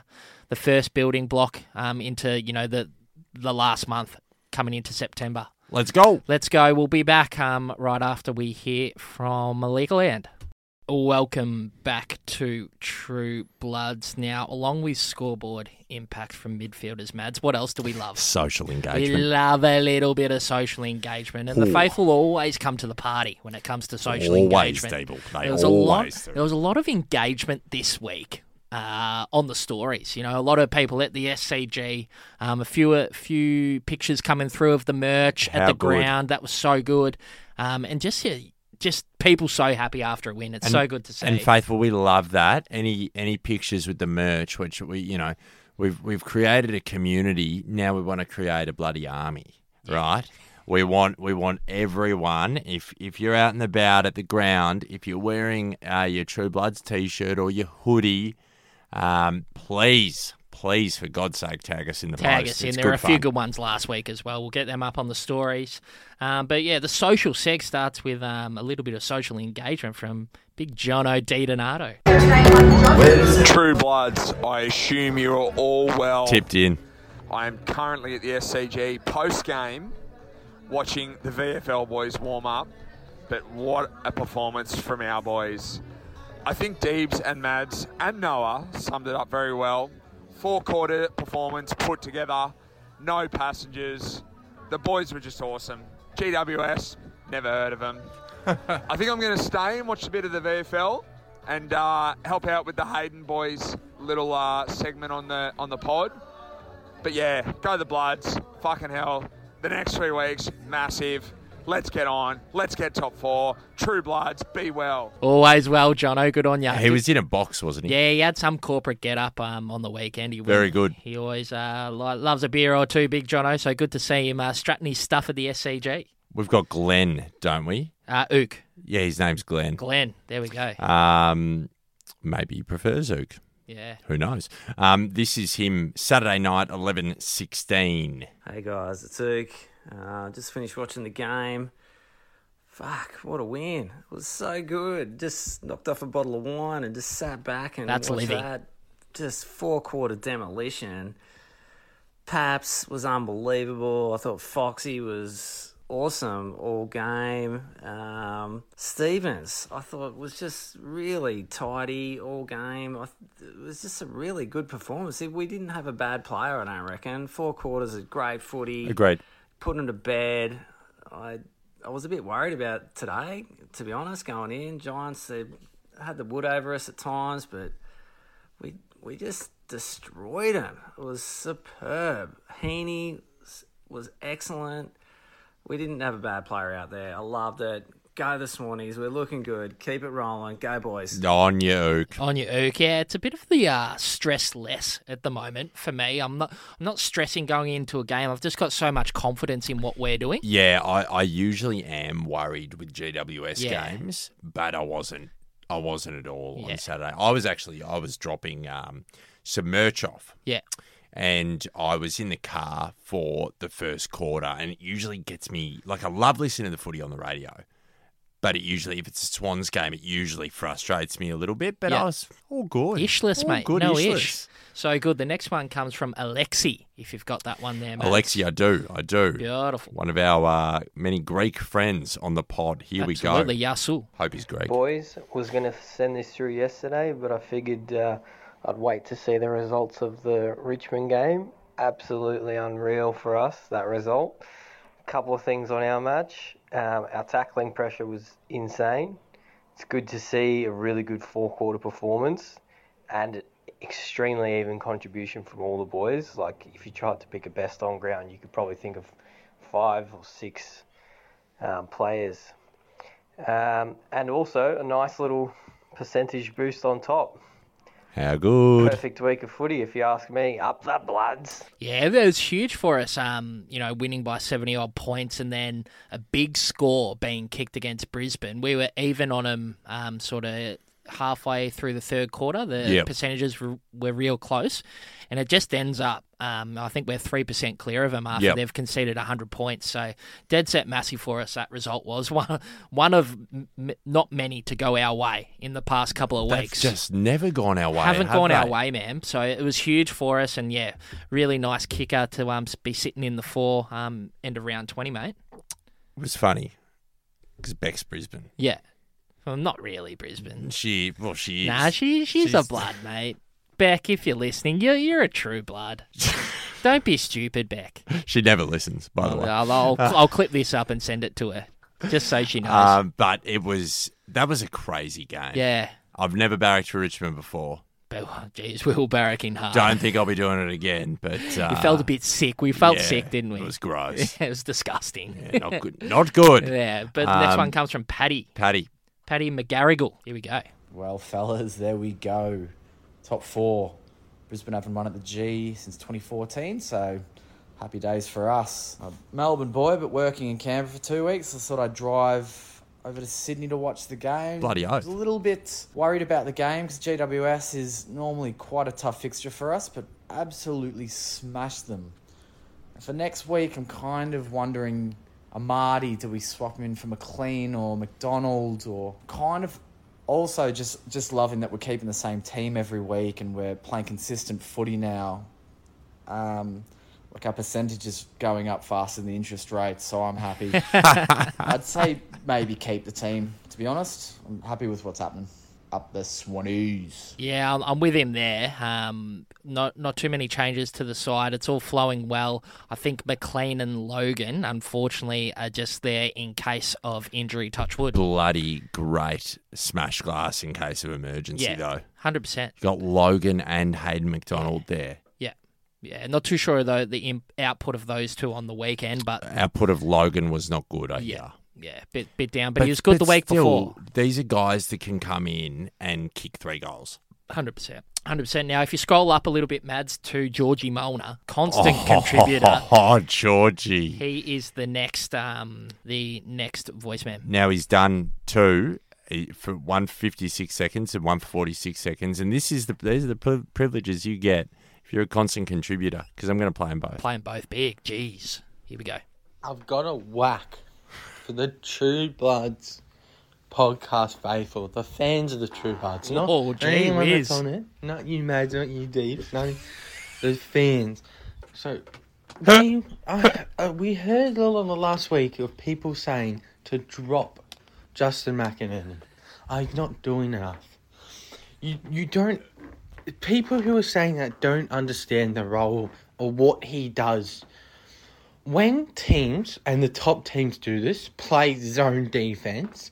Speaker 4: the first building block um, into, you know, the, the last month coming into September.
Speaker 5: Let's go.
Speaker 4: Let's go. We'll be back um, right after we hear from Malika Land. Welcome back to True Bloods. Now, along with scoreboard impact from midfielders, Mads, what else do we love?
Speaker 5: Social
Speaker 4: We
Speaker 5: engagement.
Speaker 4: love a little bit of social engagement, and the
Speaker 5: Ooh.
Speaker 4: faithful always come to the party when it comes to social
Speaker 5: Always,
Speaker 4: engagement.
Speaker 5: Dable. They
Speaker 4: There was a
Speaker 5: always do.
Speaker 4: lot. There was a lot of engagement this week uh, on the stories. You know, a lot of people at the SCG. Um, a few a few pictures coming through of the merch at
Speaker 5: How
Speaker 4: the
Speaker 5: good.
Speaker 4: ground. That was so good. Um, and just yeah, just people so happy after a win. It's so good to see.
Speaker 5: And faithful, we love that. Any any pictures with the merch, which we you know, we've we've created a community. Now we want to create a bloody army, right? We want we want everyone. If if you're out and about at the ground, if you're wearing uh, your True Bloods t-shirt or your hoodie, um, please, please, for God's sake, tag us in the
Speaker 4: Tag
Speaker 5: post.
Speaker 4: us in.
Speaker 5: It's
Speaker 4: There were a few
Speaker 5: fun.
Speaker 4: good ones last week as well. We'll get them up on the stories. Um, but yeah, the social seg starts with um, a little bit of social engagement from Big John O'D Donato.
Speaker 6: True Bloods, I assume you're all well.
Speaker 5: tipped in.
Speaker 6: I am currently at the SCG post game watching the VFL boys warm up, but what a performance from our boys. I think Deebs and Mads and Noah summed it up very well. Four quarter performance put together, no passengers. The boys were just awesome. GWS, never heard of them. I think I'm going to stay and watch a bit of the VFL and uh, help out with the Hayden boys little uh, segment on the on the pod. But yeah, go the Bloods. Fucking hell. The next three weeks, massive. Let's get on. Let's get top four. True Bloods, be well.
Speaker 4: Always well, John. Oh, good on you.
Speaker 5: He was in a box, wasn't he?
Speaker 4: Yeah, he had some corporate get up um, on the weekend. He
Speaker 5: Very good.
Speaker 4: He always uh, lo- loves a beer or two, Big John. So good to see him uh, strutting his stuff at the SCG.
Speaker 5: We've got Glenn, don't we?
Speaker 4: Uh, Ook,
Speaker 5: Yeah, his name's Glenn.
Speaker 4: Glenn. There we go.
Speaker 5: Um, maybe he prefers Ook.
Speaker 4: Yeah.
Speaker 5: Who knows? Um, this is him Saturday night, eleven sixteen.
Speaker 7: Hey guys, it's Ook. Uh, just finished watching the game. Fuck, what a win. It was so good. Just knocked off a bottle of wine and just sat back and
Speaker 4: That's
Speaker 7: watched
Speaker 4: living.
Speaker 7: that. Just four quarter demolition. Paps was unbelievable. I thought Foxy was awesome all game. Um, Stevens, I thought was just really tidy all game. I th- it was just a really good performance. We didn't have a bad player, I don't reckon. Four quarters of great footy
Speaker 5: Agreed.
Speaker 7: put him to bed. I I was a bit worried about today, to be honest, going in. Giants they had the wood over us at times, but we we just destroyed him. It was superb. Heaney s- was excellent. We didn't have a bad player out there. I loved it. Go the Swannies. We're looking good. Keep it rolling. Go boys.
Speaker 5: On you, Ook.
Speaker 4: On your ook, yeah, it's a bit of the uh, stress less at the moment for me. I'm not, I'm not stressing going into a game. I've just got so much confidence in what we're doing.
Speaker 5: Yeah, I, I usually am worried with GWS
Speaker 4: Yeah.
Speaker 5: games, but I wasn't. I wasn't at all
Speaker 4: Yeah.
Speaker 5: on Saturday. I was actually I was dropping um, some merch off,
Speaker 4: Yeah,
Speaker 5: and I was in the car for the first quarter, and it usually gets me like I love listening to the footy on the radio, but it usually if it's a Swans game, it usually frustrates me a little bit. But
Speaker 4: Yeah.
Speaker 5: I was all good,
Speaker 4: ishless,
Speaker 5: All
Speaker 4: mate.
Speaker 5: good,
Speaker 4: no
Speaker 5: ishless.
Speaker 4: ish. So good. The next one comes from Alexi. If you've got that one there, mate.
Speaker 5: Alexi, I do, I do.
Speaker 4: Beautiful.
Speaker 5: One of our uh, many Greek friends on the pod. Here
Speaker 4: Absolutely,
Speaker 5: we go.
Speaker 4: Yasu.
Speaker 5: Hope he's Greek.
Speaker 8: boys was going to send this through yesterday, but I figured uh, I'd wait to see the results of the Richmond game. Absolutely unreal for us, that result. A couple of things on our match. Um, our tackling pressure was insane. It's good to see a really good four quarter performance and extremely even contribution from all the boys. Like, if you tried to pick a best on ground, you could probably think of five or six um, players um, and also a nice little percentage boost on top.
Speaker 5: How good.
Speaker 8: Perfect week of footy, if you ask me. Up the bloods.
Speaker 4: Yeah, that was huge for us. Um, you know, winning by seventy odd points and then a big score being kicked against Brisbane. We were even on them, um, sort of halfway through the third quarter. The
Speaker 5: Yep.
Speaker 4: percentages were, were real close, and it just ends up. Um, I think we're three percent clear of them after
Speaker 5: Yep.
Speaker 4: they've conceded hundred points. So dead set massive for us. That result was <laughs> one one of m- m- not many to go our way in the past couple of
Speaker 5: They've
Speaker 4: weeks.
Speaker 5: just never gone our way.
Speaker 4: haven't
Speaker 5: have
Speaker 4: gone our
Speaker 5: they?
Speaker 4: way, ma'am. So it was huge for us, and yeah, really nice kicker to um be sitting in the four um end of round twenty, mate.
Speaker 5: It was funny because Beck's Brisbane.
Speaker 4: Yeah, well, not really Brisbane.
Speaker 5: She, well, she is.
Speaker 4: Nah, she she's, a blood, mate. Beck, if you're listening, you're you're a
Speaker 5: <laughs>
Speaker 4: true blood. Don't be stupid, Beck.
Speaker 5: <laughs> She never listens, by the way. Uh, <laughs>
Speaker 4: I'll, I'll, I'll clip this up and send it to her, just so she knows.
Speaker 5: Um, but it was that was a crazy game.
Speaker 4: yeah,
Speaker 5: I've never barracked for Richmond before.
Speaker 4: but oh, geez, we were barracking hard.
Speaker 5: Don't
Speaker 4: <laughs>
Speaker 5: think I'll be doing it again. But uh,
Speaker 4: We felt a bit sick. We felt
Speaker 5: yeah,
Speaker 4: sick, didn't we?
Speaker 5: It was
Speaker 4: <laughs>
Speaker 5: gross.
Speaker 4: it was disgusting.
Speaker 5: Yeah, not good. Not good.
Speaker 4: <laughs> Yeah, but the next
Speaker 5: Um,
Speaker 4: one comes from Paddy.
Speaker 5: Paddy,
Speaker 4: Paddy McGarrigle. Here
Speaker 5: <laughs>
Speaker 4: we go.
Speaker 9: Well, <laughs> fellas, there we go. Top four. Brisbane haven't won at the G since 2014, so happy days for us. I'm a Melbourne boy, but working in Canberra for two weeks. I thought I'd drive over to Sydney to watch the game.
Speaker 5: Bloody oath.
Speaker 9: I was a little bit worried about the game because GWS is normally quite a tough fixture for us, but absolutely smashed them. For next week, I'm kind of wondering, Amadi, do we swap him in for McLean or McDonald? Or kind of also just, just loving that we're keeping the same team every week and we're playing consistent footy now. Um, like our percentage is going up faster than the interest rate, so I'm happy. I'd say maybe keep the team. To be honest, I'm happy with what's happening up the Swannies.
Speaker 4: Yeah, I'm, I'm with him there. Um, not not too many changes to the side. It's all flowing well. I think McLean and Logan, unfortunately, are just there in case of injury. Touch wood.
Speaker 5: Bloody great smash glass in case of emergency, though.
Speaker 4: Yeah, hundred percent.
Speaker 5: Got Logan and Hayden McDonald there.
Speaker 4: Yeah, yeah. Not too sure though the imp- output of those two on the weekend, but
Speaker 5: Output of Logan was not good, Uh, I
Speaker 4: yeah,
Speaker 5: hear.
Speaker 4: yeah, bit bit down. But, he was good the week before.
Speaker 5: These are guys that can come in and kick three goals.
Speaker 4: Hundred percent, hundred percent. Now, if you scroll up a little bit, Mads to Georgie Molnar, constant
Speaker 5: <laughs>
Speaker 4: contributor.
Speaker 5: Oh, Georgie.
Speaker 4: He is the next, um, the next voiceman.
Speaker 5: Now he's done two eh, for 156 seconds and 146 seconds. And this is the these are the pri- privileges you get if you're a constant contributor, because I'm going to play them both.
Speaker 4: Playing both big. Jeez, here we go.
Speaker 10: I've got a whack for the True Bloods podcast faithful, the fans of the True Bloods, not
Speaker 4: Oh, gee
Speaker 10: anyone
Speaker 4: whiz.
Speaker 10: that's on it, not you, Mads, not you, Deep, no, the fans. So, we, I, uh, we heard a lot on the last week of people saying to drop Justin McInerney. I'm not doing enough. You, you don't. People who are saying that don't understand the role or what he does when teams and the top teams do this play zone defense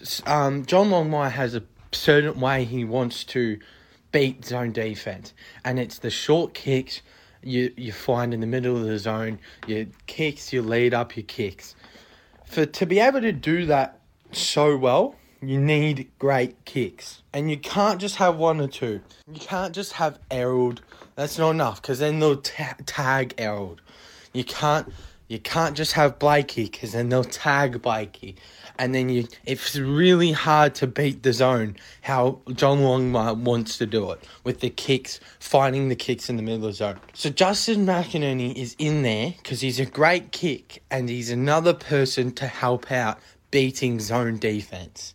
Speaker 10: s- um, john longmire has a certain way he wants to beat zone defense and it's the short kicks you, you find in the middle of the zone your kicks your lead up your kicks for to be able to do that so well you need great kicks and you can't just have one or two you can't just have herald that's not enough because then they'll ta- tag herald you can't you can't just have Blakey because then they'll tag Blakey, and then you it's really hard to beat the zone how John Longmire wants to do it with the kicks, finding the kicks in the middle of the zone. So Justin McInerney is in there because he's a great kick and he's another person to help out beating zone defense,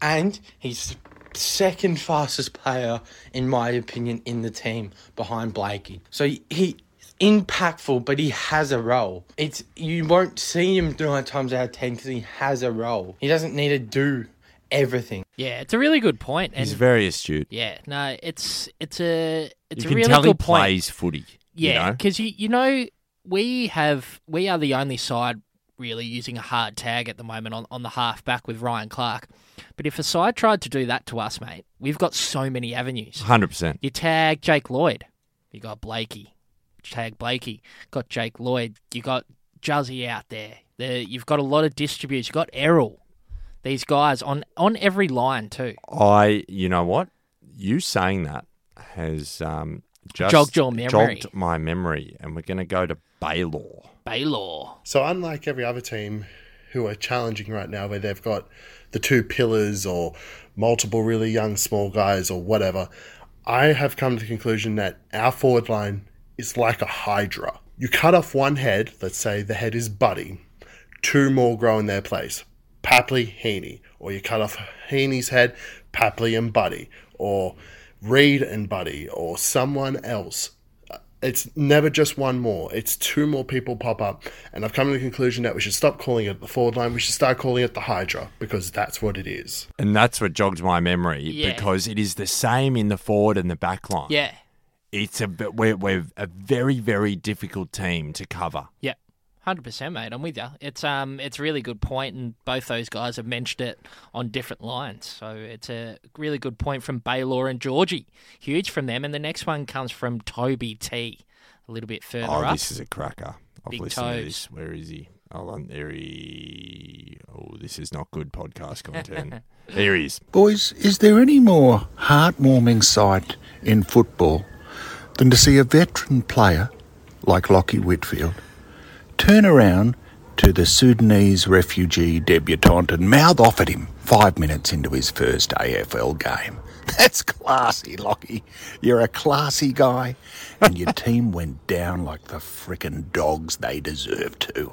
Speaker 10: and he's. the Second fastest player, in my opinion, in the team behind Blakey. So he impactful, but he has a role. It's you won't see him nine times out of ten because he has a role. He doesn't need to do everything.
Speaker 4: Yeah, it's a really good point, and
Speaker 5: He's very astute.
Speaker 4: yeah, no, it's it's a it's
Speaker 5: you
Speaker 4: a
Speaker 5: can
Speaker 4: really
Speaker 5: tell
Speaker 4: good
Speaker 5: he
Speaker 4: point.
Speaker 5: plays footy.
Speaker 4: Yeah,
Speaker 5: You know?
Speaker 4: because you, you know we have we are the only side really using a hard tag at the moment on, on the half back with Ryan Clark. But if a side tried to do that to us, mate, we've got so many avenues.
Speaker 5: 100%.
Speaker 4: You tag Jake Lloyd, you got Blakey. Tag Blakey, got Jake Lloyd. You got Juzzy out there. there. You've got a lot of distributors. You got Errol. These guys on on every line too.
Speaker 5: I, you know what? You saying that has um, just
Speaker 4: Jogged your memory.
Speaker 5: jogged my memory, and we're going to go to Baylor.
Speaker 4: Baylor.
Speaker 11: So, unlike every other team who are challenging right now, where they've got the two pillars or multiple really young small guys or whatever, I have come to the conclusion that our forward line is like a hydra. You cut off one head, let's say the head is Buddy, two more grow in their place Papley, Heaney. Or you cut off Heaney's head, Papley and Buddy. Or Reed and Buddy. Or someone else it's never just one more. It's two more people pop up, and I've come to the conclusion that we should stop calling it the forward line. We should start calling it the Hydra because that's what it is.
Speaker 5: And that's what jogged my memory
Speaker 4: Yeah.
Speaker 5: because it is the same in the forward and the back line.
Speaker 4: Yeah.
Speaker 5: It's a bit- we're, we're a very very difficult team to cover.
Speaker 4: Yeah, hundred percent, mate. I'm with you. It's um, it's a really good point, and both those guys have mentioned it on different lines. So it's a really good point from Baylor and Georgie. Huge from them. And the next one comes from Toby T. A little bit further
Speaker 5: Oh,
Speaker 4: up.
Speaker 5: this is a cracker. I've
Speaker 4: Big
Speaker 5: listened to
Speaker 4: toes.
Speaker 5: this. Where is he? Oh, um, there he. Oh, this is not good podcast
Speaker 4: <laughs>
Speaker 5: content. there he is.
Speaker 12: Boys, is there any more heartwarming sight in football than to see a veteran player like Lockie Whitfield turn around to the Sudanese refugee debutant and mouth off at him five minutes into his first AFL game? <laughs> That's classy, Lockie. You're a classy guy, and your team went down like the frickin' dogs they deserve to.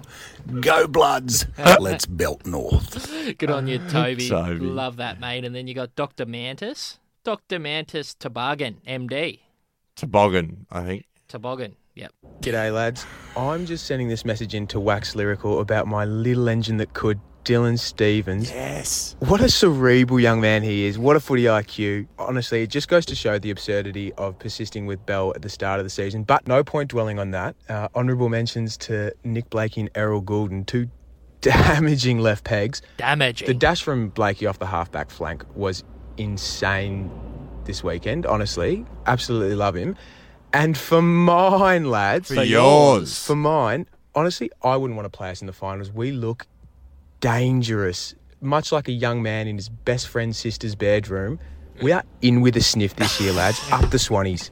Speaker 12: Go, Bloods! Let's belt north.
Speaker 4: <laughs> Good on you, Toby.
Speaker 5: <laughs> Toby.
Speaker 4: Love that, mate. And then you got Dr. Mantis. Dr. Mantis Toboggan, MD.
Speaker 5: Toboggan, I think.
Speaker 4: Toboggan. <laughs> Yep.
Speaker 13: G'day, lads. I'm just sending this message in to Wax Lyrical about my little engine that could, Dylan Stevens.
Speaker 5: Yes.
Speaker 13: What a cerebral young man he is. What a footy IQ. Honestly, it just goes to show the absurdity of persisting with Bell at the start of the season. But no point dwelling on that. Uh, honourable mentions to Nick Blakey and Errol Goulden, two damaging left pegs.
Speaker 4: Damaging.
Speaker 13: The dash from Blakey off the halfback flank was insane this weekend, honestly. Absolutely love him. And for mine, lads.
Speaker 5: For For yours. yours.
Speaker 13: For mine, honestly, I wouldn't want to play us in the finals. We look dangerous, much like a young man in his best friend's sister's bedroom. We are in with a sniff this year, lads. Up the Swannies.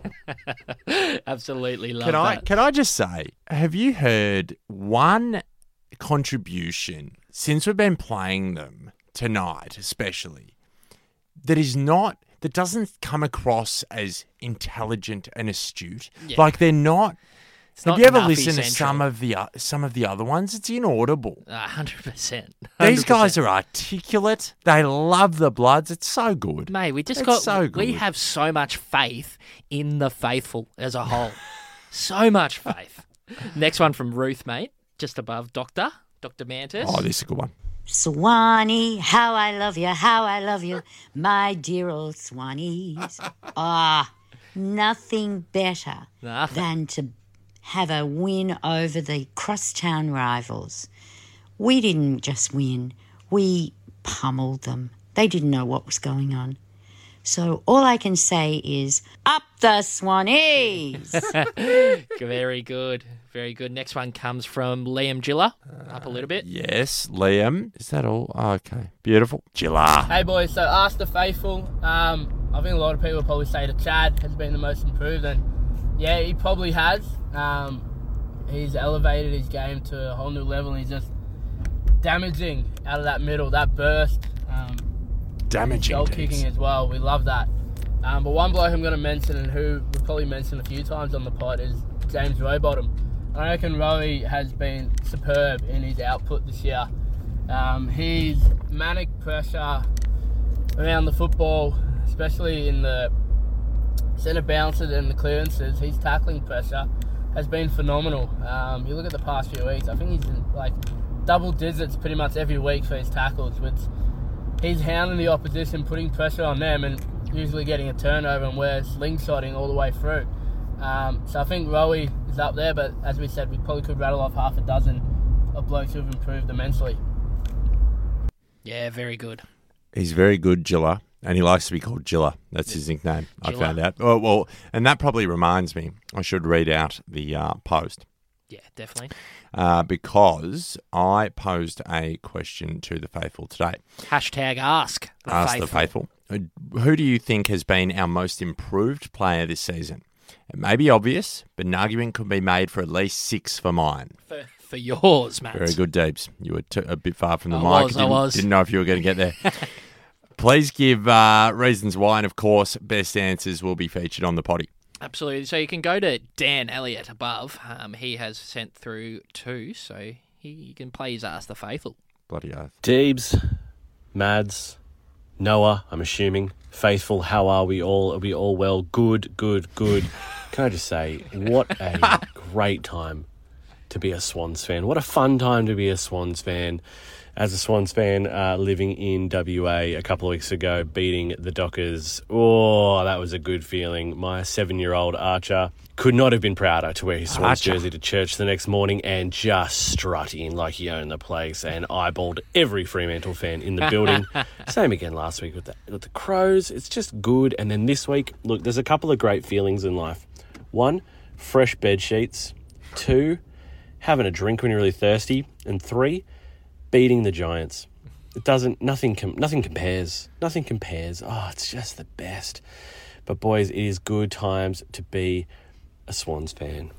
Speaker 4: Absolutely love
Speaker 5: Can I
Speaker 4: that.
Speaker 5: can I just say, have you heard one contribution since we've been playing them tonight, especially that is not that doesn't come across as intelligent and astute?
Speaker 4: Yeah.
Speaker 5: Like they're not.
Speaker 4: It's
Speaker 5: have
Speaker 4: not
Speaker 5: you ever
Speaker 4: Nappy
Speaker 5: listened to
Speaker 4: Central. Ah,
Speaker 5: some of the o- some of the other ones? It's inaudible.
Speaker 4: A hundred percent.
Speaker 5: These guys are articulate. They love the Bloods. It's so good.
Speaker 4: Mate, we just
Speaker 5: It's
Speaker 4: got.
Speaker 5: so
Speaker 4: We
Speaker 5: good.
Speaker 4: have so much faith in the faithful as a
Speaker 5: <laughs>
Speaker 4: whole. so much faith. Next one from Ruth, mate. Just above Doctor. Dr. Mantis.
Speaker 5: Oh, this is a good one.
Speaker 14: Swanee, how I love you, how I love you, my dear old Swanees. Ah, nothing better
Speaker 4: Nothing.
Speaker 14: than to have a win over the crosstown rivals. We didn't just win, we pummeled them. They didn't know what was going on. So all I can say is, up the Swanees!
Speaker 4: <laughs> Very good. Very good. Next one comes from Liam Giller.
Speaker 5: Uh,
Speaker 4: Up a little bit.
Speaker 5: Yes, Liam. Is that all? Oh, okay, beautiful. Jilla.
Speaker 15: Hey boys, so Ask the Faithful, um, I think a lot of people probably say that Chad has been the most improved, and yeah, he probably has. Um, he's elevated his game to a whole new level, and he's just damaging out of that middle, that burst. Um,
Speaker 5: Damaging
Speaker 15: Goal
Speaker 5: days.
Speaker 15: kicking as well, we love that. Um, but one bloke I'm going to mention, and who we've probably mentioned a few times on the pod, is James Rowbottom. I reckon Rowie has been superb in his output this year. Um, his manic pressure around the football, especially in the centre bounces and the clearances, his tackling pressure has been phenomenal. Um, you look at the past few weeks, I think he's in like double digits pretty much every week for his tackles, which he's hounding the opposition, putting pressure on them, and usually getting a turnover, and we're slingshotting all the way through. Um, so I think Rowie is up there, but as we said, we probably could rattle off half a dozen of blokes who've improved immensely.
Speaker 4: Yeah, very good.
Speaker 5: He's very good, Jilla, and he likes to be called Jilla. That's his nickname. I
Speaker 4: Jilla.
Speaker 5: found out. Oh, well, and that probably reminds me. I should read out the uh, post
Speaker 4: Yeah, definitely.
Speaker 5: uh, because I posed a question to the faithful today.
Speaker 4: Hashtag ask the
Speaker 5: Ask
Speaker 4: faithful.
Speaker 5: the faithful. Who- Who do you think has been our most improved player this season? It may be obvious, but an argument could be made for at least six for mine.
Speaker 4: For, for yours, Matt.
Speaker 5: Very good, Deebs. You were t- a bit far from the
Speaker 4: I
Speaker 5: mic.
Speaker 4: was, I
Speaker 5: didn't,
Speaker 4: was.
Speaker 5: didn't know if you were going to
Speaker 4: <laughs>
Speaker 5: get there. Please give uh, reasons why, and of course, best answers will be featured on the potty.
Speaker 4: Absolutely. So you can go to Dan Elliott above. Um, he has sent through two, so he can play his ass the faithful.
Speaker 5: Bloody oath.
Speaker 16: Deebs, Mads, Noah, I'm assuming. Faithful, how are we all? Are we all well? Good, good, good. Can I just say, what a great time to be a Swans fan. What a fun time to be a Swans fan. As a Swans fan uh, living in WA a couple of weeks ago, beating the Dockers, oh, that was a good feeling. My seven year old Archer could not have been prouder to wear his Swans
Speaker 5: Archer.
Speaker 16: jersey to church the next morning and just strut in like he owned the place and eyeballed every Fremantle fan in the building. Same again last week with the, with the Crows. It's just good. And then this week, look, there's a couple of great feelings in life. One, fresh bed sheets. Two, having a drink when you're really thirsty, and three, beating the Giants. It doesn't. Nothing. Com- nothing compares. Nothing compares. Oh, it's just the best. But boys, it is good times to be a Swans fan.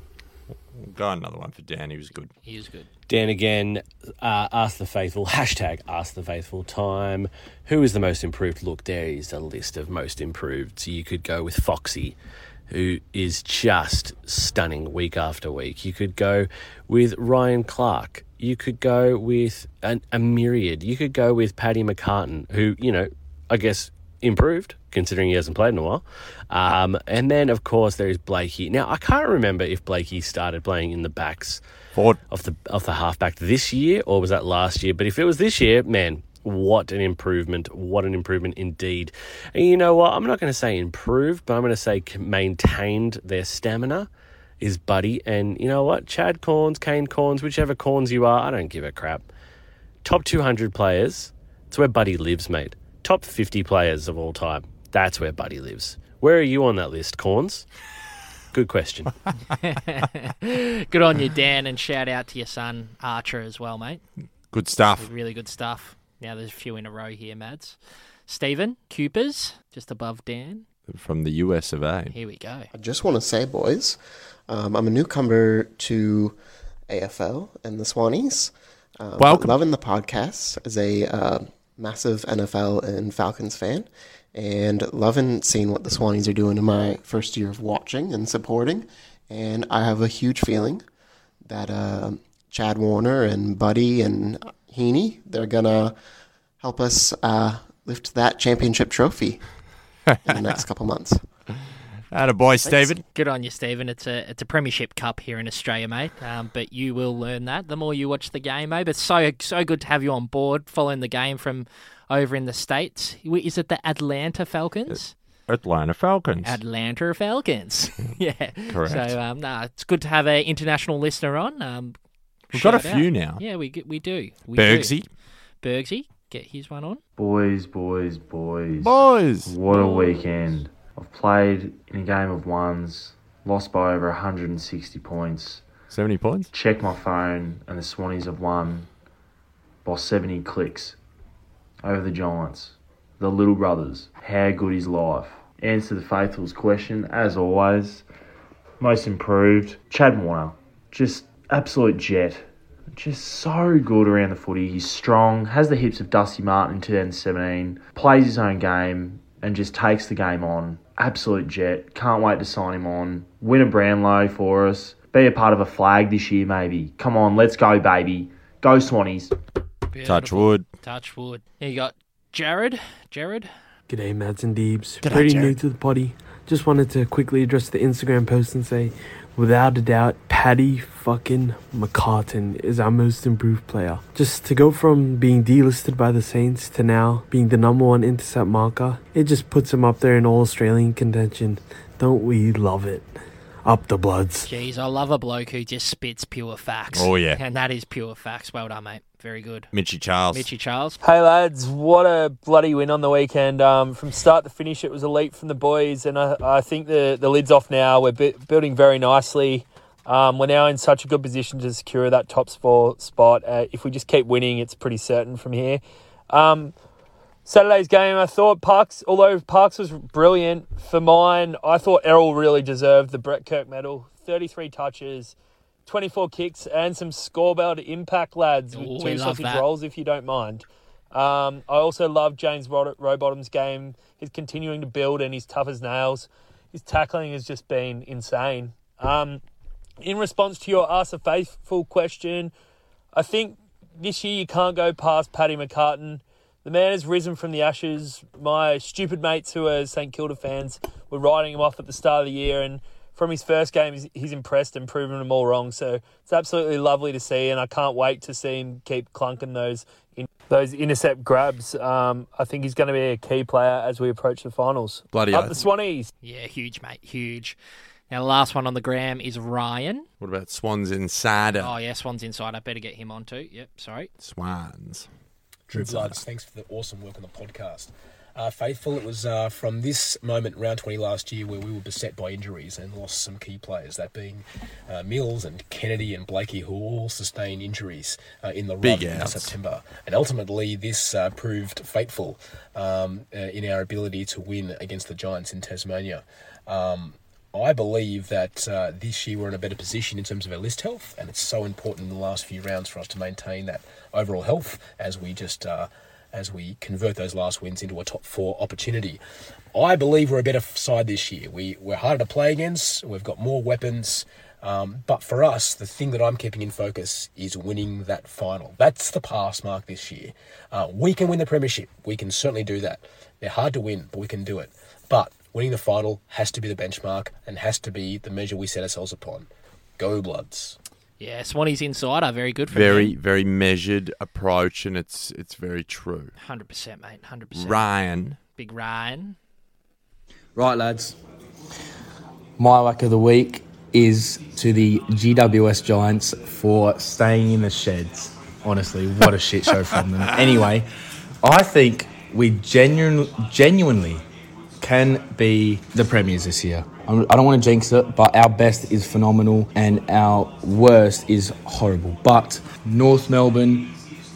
Speaker 5: Go another one for Dan. He was good.
Speaker 4: He was good.
Speaker 16: Dan again, uh, ask the faithful <laughs> hashtag ask the faithful time. Who is the most improved? Look, there is a list of most improved. So you could go with Foxy, who is just stunning week after week. You could go with Ryan Clark. You could go with an, a myriad. You could go with Paddy McCartan, who you know, I guess improved, considering he hasn't played in a while. Um, and then, of course, there is Blakey. Now, I can't remember if Blakey started playing in the backs of the of the halfback this year or was that last year. But if it was this year, man, what an improvement! What an improvement indeed. And you know what? I'm not going to say improved, but I'm going to say c- maintained their stamina. Is Buddy and you know what? Chad Corns, Kane Corns, whichever Corns you are, I don't give a crap top 200 players, it's where Buddy lives, mate. Top 50 players of all time, that's where Buddy lives. Where are you on that list, Corns? Good question. <laughs>
Speaker 4: <laughs> good on you, Dan, and shout out to your son Archer as well, mate.
Speaker 5: Good stuff.
Speaker 4: Really good stuff. Now there's a few in a row here, Mads. Stephen Cooper's just above Dan.
Speaker 5: From the US of A.
Speaker 4: Here we go.
Speaker 17: I just want to say, boys, um, I'm a newcomer to AFL and the Swannies. Uh, but
Speaker 5: Welcome.
Speaker 17: Loving the podcast as a uh, massive NFL and Falcons fan, and loving seeing what the Swanies are doing in my first year of watching and supporting. And I have a huge feeling that uh, Chad Warner and Buddy and Heaney, they're going to help us uh, lift that championship trophy in the
Speaker 5: <laughs>
Speaker 17: next couple months.
Speaker 5: Atta boy, Stephen.
Speaker 4: Good on you, Stephen. It's a it's a Premiership Cup here in Australia, mate. Um, but you will learn that the more you watch the game, mate. But so so good to have you on board, following the game from over in the states. Wh- Is it the Atlanta Falcons?
Speaker 5: Atlanta Falcons.
Speaker 4: Atlanta
Speaker 5: <laughs>
Speaker 4: Falcons. yeah,
Speaker 5: Correct.
Speaker 4: So um, nah, it's good to have an international listener on. Um,
Speaker 5: We've got a
Speaker 4: shout
Speaker 5: few
Speaker 4: out.
Speaker 5: now.
Speaker 4: Yeah, we g- we do. We do.
Speaker 5: Bergsy.
Speaker 4: Bergsy, get his one on.
Speaker 18: Boys, boys, boys.
Speaker 5: Boys!
Speaker 18: What a weekend. I've played in a game of ones, lost by over 160 points.
Speaker 5: 70 points?
Speaker 18: Checked my phone, and the Swannies have won by 70 clicks over the Giants, the Little Brothers. How good is life? Answer the Faithful's question, as always. Most improved, Chad Warner. Just absolute jet. Just so good around the footy. He's strong, has the hips of Dusty Martin in 2017, plays his own game, and just takes the game on. Absolute jet. Can't wait to sign him on. Win a Brownlow for us. Be a part of a flag this year, maybe. Come on, let's go, baby. Go, Swannies.
Speaker 5: Touch wood.
Speaker 4: Touch wood. Here you got Jared. Jared.
Speaker 19: G'day, Mads and Deebs.
Speaker 4: G'day,
Speaker 19: Pretty new
Speaker 4: Jared.
Speaker 19: to the potty. Just wanted to quickly address the Instagram post and say, without a doubt, Paddy fucking McCartan is our most improved player. Just to go from being delisted by the Saints to now being the number one intercept marker, it just puts him up there in all Australian contention. Don't we love it? Up the bloods.
Speaker 4: Jeez, I love a bloke who just spits pure facts.
Speaker 19: Oh, yeah.
Speaker 4: and that is pure facts. Well done, mate. Very good,
Speaker 5: Mitchy Charles.
Speaker 4: Mitchy Charles.
Speaker 20: Hey lads, what a bloody win on the weekend. Um, from start to finish, it was elite from the boys, and I, I think the, the lid's off now. We're bu- building very nicely. Um, we're now in such a good position to secure that top spot. spot. Uh, if we just keep winning, it's pretty certain from here. Um, Saturday's game, I thought Parks, although Parks was brilliant for mine, I thought Errol really deserved the Brett Kirk medal. 33 touches, 24 kicks, and some score bell to impact, lads, with
Speaker 4: Ooh, we
Speaker 20: two
Speaker 4: love
Speaker 20: sausage
Speaker 4: that.
Speaker 20: rolls, if you don't mind. Um, I also love James Rod- Rowbottom's game. He's continuing to build and he's tough as nails. His tackling has just been insane. Um, in response to your Ask a Faithful question, I think this year you can't go past Paddy McCartan. The man has risen from the ashes. My stupid mates who are St Kilda fans were writing him off at the start of the year, and from his first game, he's, he's impressed and proven them all wrong. So it's absolutely lovely to see, and I can't wait to see him keep clunking those in, those intercept grabs. Um, I think he's going to be a key player as we approach the finals.
Speaker 5: Bloody
Speaker 20: up
Speaker 5: oath.
Speaker 20: the Swannies!
Speaker 4: Yeah, huge, mate. Huge. Now, the last one on the gram is Ryan.
Speaker 5: What about Swans Insider?
Speaker 4: Oh, yeah, Swan's inside. I better get him on too. Yep, sorry.
Speaker 5: Swans.
Speaker 21: Drew Bloods, thanks for the awesome work on the podcast. Uh, Faithful, it was uh, from this moment, round 20 last year, where we were beset by injuries and lost some key players, that being uh, Mills and Kennedy and Blakey, who all sustained injuries uh, in the
Speaker 5: Big
Speaker 21: run in
Speaker 5: outs.
Speaker 21: September. And ultimately, this uh, proved fateful um, uh, in our ability to win against the Giants in Tasmania. Um, I believe that uh, this year we're in a better position in terms of our list health, and it's so important in the last few rounds for us to maintain that overall health as we just uh, as we convert those last wins into a top four opportunity. I believe we're a better side this year. We we're harder to play against. We've got more weapons. Um, but for us, the thing that I'm keeping in focus is winning that final. That's the pass mark this year. Uh, we can win the Premiership. We can certainly do that. They're hard to win, but we can do it. But winning the final has to be the benchmark and has to be the measure we set ourselves upon. Go Bloods.
Speaker 4: Yeah, Swanee's insider, very good for
Speaker 5: Very,
Speaker 4: him.
Speaker 5: very measured approach, and it's it's very true.
Speaker 4: Hundred percent, mate. Hundred percent.
Speaker 5: Ryan.
Speaker 4: Big Ryan.
Speaker 2: Right, lads. My whack of the week is to the GWS Giants for staying in the sheds. Honestly, what a shit show from
Speaker 3: <laughs>
Speaker 2: them. Anyway, I think we genuine, genuinely can be the premiers this year. I'm, I don't want to jinx it, but our best is phenomenal and our worst is horrible. But North Melbourne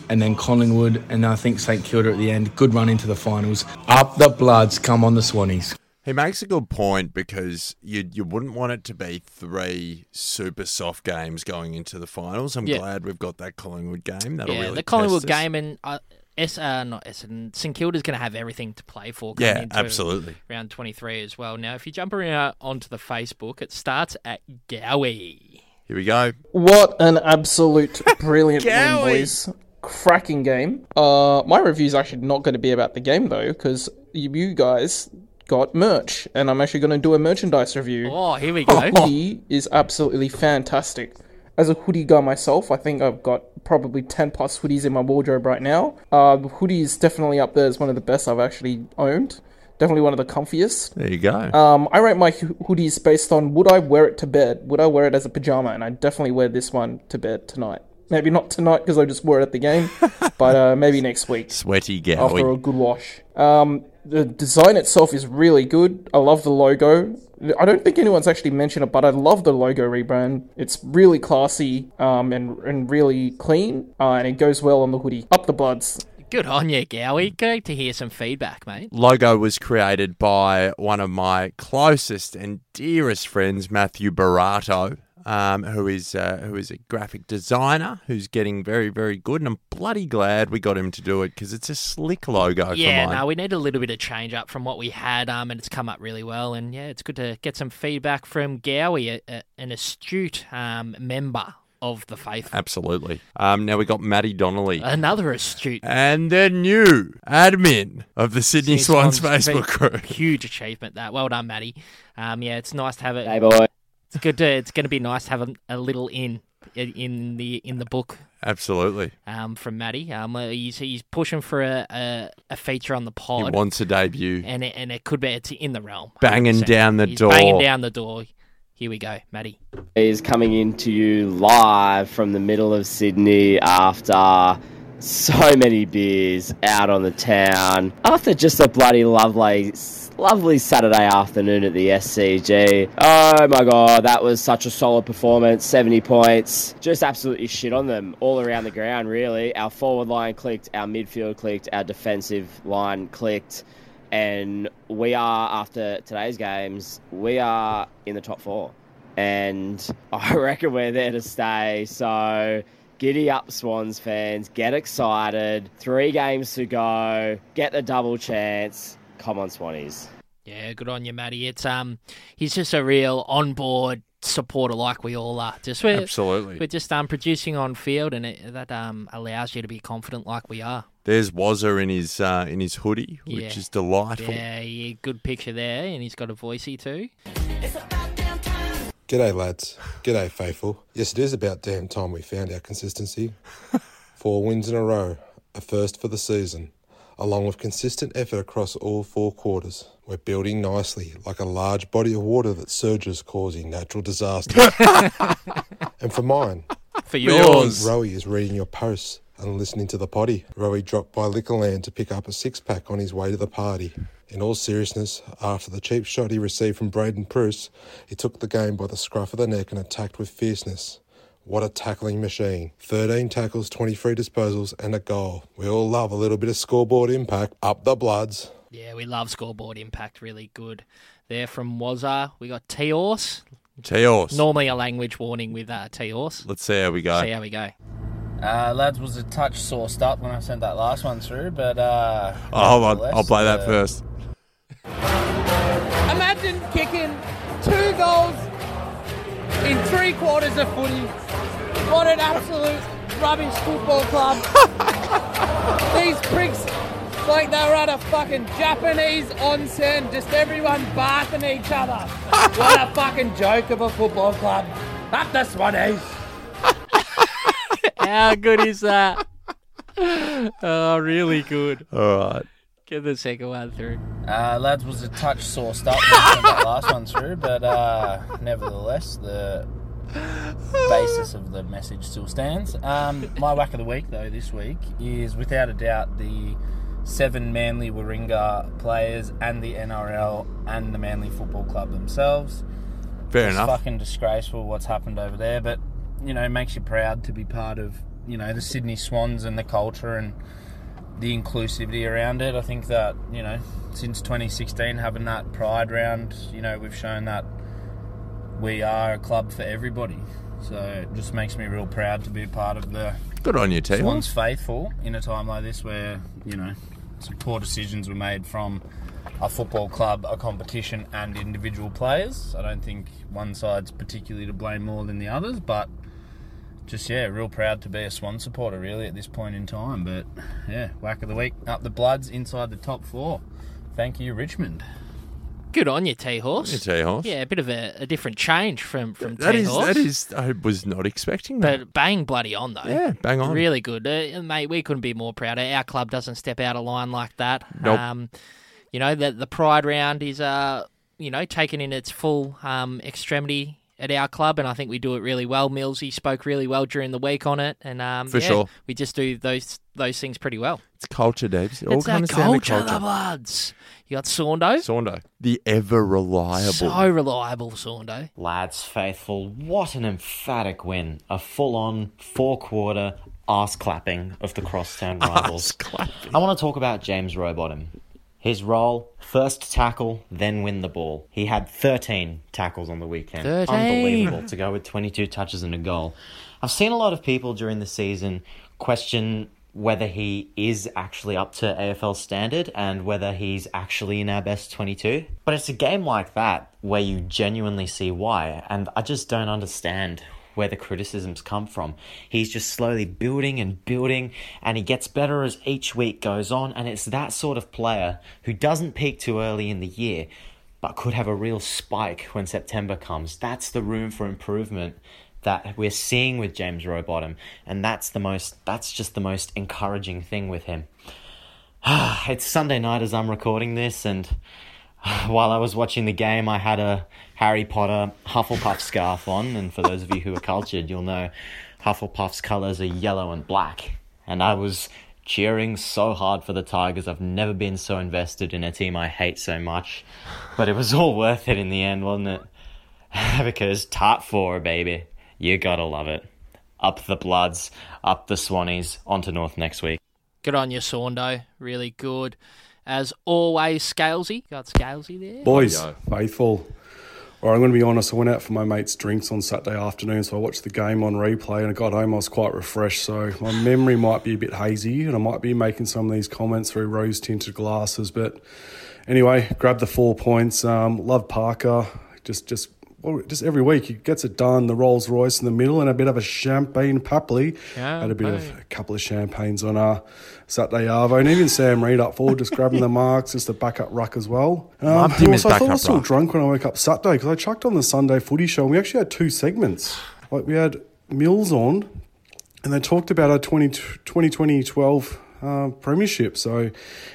Speaker 2: and then Collingwood and I think St Kilda at the end. Good run into the finals. Up the Bloods, come on the Swannies.
Speaker 5: He makes a good point because you you wouldn't want it to be three super soft games going into the finals. I'm
Speaker 4: Yeah.
Speaker 5: glad we've got that Collingwood game. That'll
Speaker 4: yeah,
Speaker 5: really
Speaker 4: the Collingwood
Speaker 5: test us.
Speaker 4: game and uh, S, uh, not Essendon, St Kilda's going to have everything to play for.
Speaker 5: Yeah,
Speaker 4: coming into
Speaker 5: absolutely.
Speaker 4: Round twenty three as well. Now, if you jump around onto the Facebook, it starts at Gowie.
Speaker 5: Here we go.
Speaker 22: What an
Speaker 5: <laughs>
Speaker 22: absolute brilliant win,
Speaker 4: Gowie.
Speaker 22: boys. Cracking game. Uh, my review's actually not going to be about the game, though, because you, you guys got merch, and I'm actually going to do a merchandise review.
Speaker 4: Oh, here we go.
Speaker 22: Hoodie is absolutely fantastic. As a hoodie guy myself, I think I've got probably 10 plus hoodies in my wardrobe right now. Uh, the hoodie is definitely up there as one of the best I've actually owned. Definitely one of the comfiest.
Speaker 5: There you go.
Speaker 22: Um, I rate my ho- hoodies based on would I wear it to bed? Would I wear it as a pajama? And I definitely wear this one to bed tonight. Maybe not tonight because I just wore it at
Speaker 5: <laughs>
Speaker 22: the game, but uh, maybe next week
Speaker 5: Sweaty
Speaker 22: after a
Speaker 5: Gowie.
Speaker 22: good wash. Um, the design itself is really good. I love the logo. I don't think anyone's actually mentioned it, but I love the logo rebrand. It's really classy um, and and really clean, uh, and it goes well on the hoodie. Up the bloods.
Speaker 4: Good on you, Gowie. Great to hear some feedback, mate.
Speaker 5: Logo was created by one of my closest and dearest friends, Matthew Barato, um, who is uh, who is a graphic designer who's getting very very good, and I'm bloody glad we got him to do it because it's a slick logo.
Speaker 4: yeah,
Speaker 5: for mine.
Speaker 4: no, we need a little bit of change up from what we had, um, and it's come up really well. And yeah, it's good to get some feedback from Gowie, a, a, an astute um, member of the faithful.
Speaker 5: Absolutely. Um, now we got Matty Donnelly.
Speaker 4: Another astute.
Speaker 5: And the new admin of the Sydney, Swans,
Speaker 4: Swans,
Speaker 5: Facebook group.
Speaker 4: Huge achievement that. Well done, Matty. Um, yeah, it's nice to have it.
Speaker 5: Hey, boy.
Speaker 4: It's good to. It's going to be nice to have a, a little in in the in the book
Speaker 5: Absolutely.
Speaker 4: um, from Matty. Um, uh, he's he's pushing for a, a, a feature on the
Speaker 5: He
Speaker 4: pod.
Speaker 5: wants a debut.
Speaker 4: and it, and it could be it's in the realm.
Speaker 5: Banging
Speaker 4: 100%.
Speaker 5: down the
Speaker 4: He's
Speaker 5: door.
Speaker 4: Banging down the door. Here we go, Matty.
Speaker 23: is coming in to you live from the middle of Sydney after so many beers out on the town. After just a bloody lovely, lovely Saturday afternoon at the SCG. Oh my god, that was such a solid performance. 70 points. Just absolutely shit on them all around the ground, really. Our forward line clicked, our midfield clicked, our defensive line clicked. And we are, after today's games, we are in the top four and <laughs> I reckon we're there to stay. So giddy up, Swans fans. Get excited. Three games to go. Get the double chance. Come on, Swannies.
Speaker 4: Yeah, good on you, Matty. It's um, he's just a real on-board supporter, like we all are. Just we're,
Speaker 5: Absolutely.
Speaker 4: we're just um producing on field, and it, that um allows you to be confident, like we are.
Speaker 5: There's Wazza in his uh, in his hoodie,
Speaker 4: Yeah.
Speaker 5: which is delightful.
Speaker 4: Yeah, yeah, good picture there, and he's got a voicey
Speaker 5: <laughs>
Speaker 4: too.
Speaker 24: G'day, lads. G'day, faithful. Yes, it is about damn time we found our consistency. four wins in a row, a first for the season, along with consistent effort across all four quarters. We're building nicely, like a large body of water that surges, causing natural disasters. and for mine,
Speaker 4: For yours.
Speaker 24: Rowie is reading your posts and listening to the potty. Rowie dropped by Liquorland to pick up a six pack on his way to the party. In all seriousness, after the cheap shot he received from Braden Pruce, he took the game by the scruff of the neck and attacked with fierceness. What a tackling machine. 13 tackles, 23 disposals, and a goal. We all love a little bit of scoreboard impact. Up the bloods.
Speaker 4: Yeah, we love scoreboard impact. Really good. There from Wazza. We got Teos.
Speaker 5: Teos.
Speaker 4: Normally a language warning with uh, Teos.
Speaker 5: Let's see how we go.
Speaker 4: See how we go.
Speaker 25: Uh, lads was a touch sourced up when I sent that last one through, but uh,
Speaker 5: Oh, hold on. I'll
Speaker 25: nevertheless,
Speaker 5: play that
Speaker 25: uh,
Speaker 5: first.
Speaker 26: Imagine kicking two goals in
Speaker 25: seen three quarters of footy. What an absolute rubbish football
Speaker 4: <laughs>
Speaker 25: club. These pricks, like they were at a fucking Japanese onsen, just everyone bathing each other. What a fucking joke of a football club. Up the Swannies.
Speaker 4: <laughs> How good is that? <laughs> Oh, really good.
Speaker 5: All right.
Speaker 4: Get the second one through.
Speaker 25: Uh, lads was a touch sourced up when I sent that last one through, but uh, nevertheless, the basis of the message still stands. Um, my whack of the week, though, this week is without a doubt the seven Manly Warringah players and the NRL and the Manly Football Club themselves.
Speaker 5: Fair
Speaker 25: it's
Speaker 5: enough.
Speaker 25: fucking disgraceful what's happened over there, but you know, it makes you proud to be part of you know the Sydney Swans and the culture and the inclusivity around it. I think that you know since 2016 having that pride round, you know, we've shown that we are a club for everybody. So it just makes me real proud to be a part of the
Speaker 5: Good on you, T.
Speaker 25: Swans faithful in a time like this where you know some poor decisions were made from a football club, a competition, and individual players. I don't think one side's particularly to blame more than the others, but just yeah, real proud to be a Swan supporter really at this point in time. But yeah, whack of the week, up the bloods inside the top four. Thank you, Richmond.
Speaker 4: Good on you, T Horse.
Speaker 5: Yeah, T-Horse.
Speaker 4: Yeah, a bit of a, a different change from from
Speaker 5: That
Speaker 4: T
Speaker 5: is,
Speaker 4: Horse.
Speaker 5: that is, I was not expecting that.
Speaker 4: But bang bloody on though.
Speaker 5: Yeah, bang on.
Speaker 4: Really good, uh, mate. We couldn't be more proud. Our club doesn't step out of line like that.
Speaker 5: Nope.
Speaker 4: Um, you know the the pride round is uh you know taken in its full um extremity at our club, and I think we do it really well. Millsy spoke really well during the week on it, and um
Speaker 5: For
Speaker 4: yeah,
Speaker 5: sure.
Speaker 4: we just do those those things pretty well.
Speaker 5: It's culture, Debs. It all
Speaker 4: it's our
Speaker 5: comes down to
Speaker 4: culture, the bloods. You got Saundo.
Speaker 5: Saundo. The ever reliable.
Speaker 4: So reliable, Saundo.
Speaker 1: Lads, faithful, what an emphatic win. A full on, four quarter, ass clapping of the crosstown rivals. I want to talk about James Rowbottom. His role first tackle, then win the ball. He had 13 tackles on the weekend.
Speaker 4: 13.
Speaker 1: Unbelievable to go with 22 touches and a goal. I've seen a lot of people during the season question whether he is actually up to AFL standard and whether he's actually in our best 22. But it's a game like that where you genuinely see why, and I just don't understand where the criticisms come from. He's just slowly building and building, and he gets better as each week goes on, and it's that sort of player who doesn't peak too early in the year but could have a real spike when September comes. That's the room for improvement that we're seeing with James Rowbottom, and that's the most that's just the most encouraging thing with him. <sighs> it's Sunday night as I'm recording this and <sighs> while I was watching the game, I had a Harry Potter Hufflepuff scarf on, and for those of you who are cultured, you'll know Hufflepuff's colors are yellow and black. And I was cheering so hard for the Tigers. I've never been so invested in a team I hate so much, but it was <laughs> all worth it in the end, wasn't it? <laughs> because Tart 4, baby. You gotta love it. Up the Bloods, up the Swannies, on to North next week.
Speaker 4: Good on you, Saundo. Really good. As always, Scalesy. Got Scalesy there.
Speaker 3: Boys, faithful. All right, I'm going to be honest. I went out for my mate's drinks on Saturday afternoon, so I watched the game on replay and I got home. I was quite refreshed, so my memory might be a bit hazy and I might be making some of these comments through rose tinted glasses. But anyway, grabbed the four points. Um, love Parker. Just, just. well, Just every week he gets it done. The Rolls Royce in the middle and a bit of a champagne papley. Had a bit of a couple of champagnes on uh, Saturday arvo, and even Sam Reid up forward just
Speaker 5: <laughs>
Speaker 3: grabbing the marks, just the backup ruck as well.
Speaker 5: Loved him as
Speaker 3: also, I thought I
Speaker 5: backup
Speaker 3: was still
Speaker 5: ruck.
Speaker 3: drunk when I woke up Saturday because I chucked on the Sunday footy show and we actually had two segments. Like we had Mills on and they talked about our 20, 2020 12 uh, premiership. So,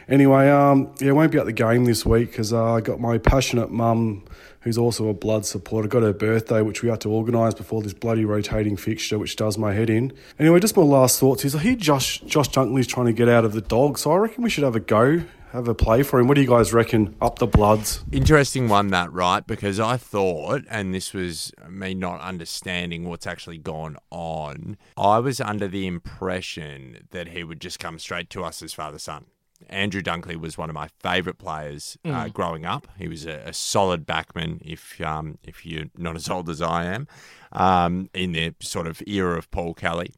Speaker 3: anyway, um, yeah, won't be at the game this week because uh, I got my passionate mum, who's also a blood supporter, got her birthday, which we had to organise before this bloody rotating fixture, which does my head in. Anyway, just my last thoughts is I hear Josh, Josh Dunkley's trying to get out of the dog, so I reckon we should have a go, have a play for him. What do you guys reckon? Up the bloods.
Speaker 5: Interesting one, that, right? Because I thought, and this was me not understanding what's actually gone on, I was under the impression that he would just come straight to us as father son. Andrew Dunkley was one of my favourite players uh,
Speaker 6: Mm.
Speaker 5: growing up. He was a, a solid backman, if um, if you're not as old as I am, um, in the sort of era of Paul Kelly.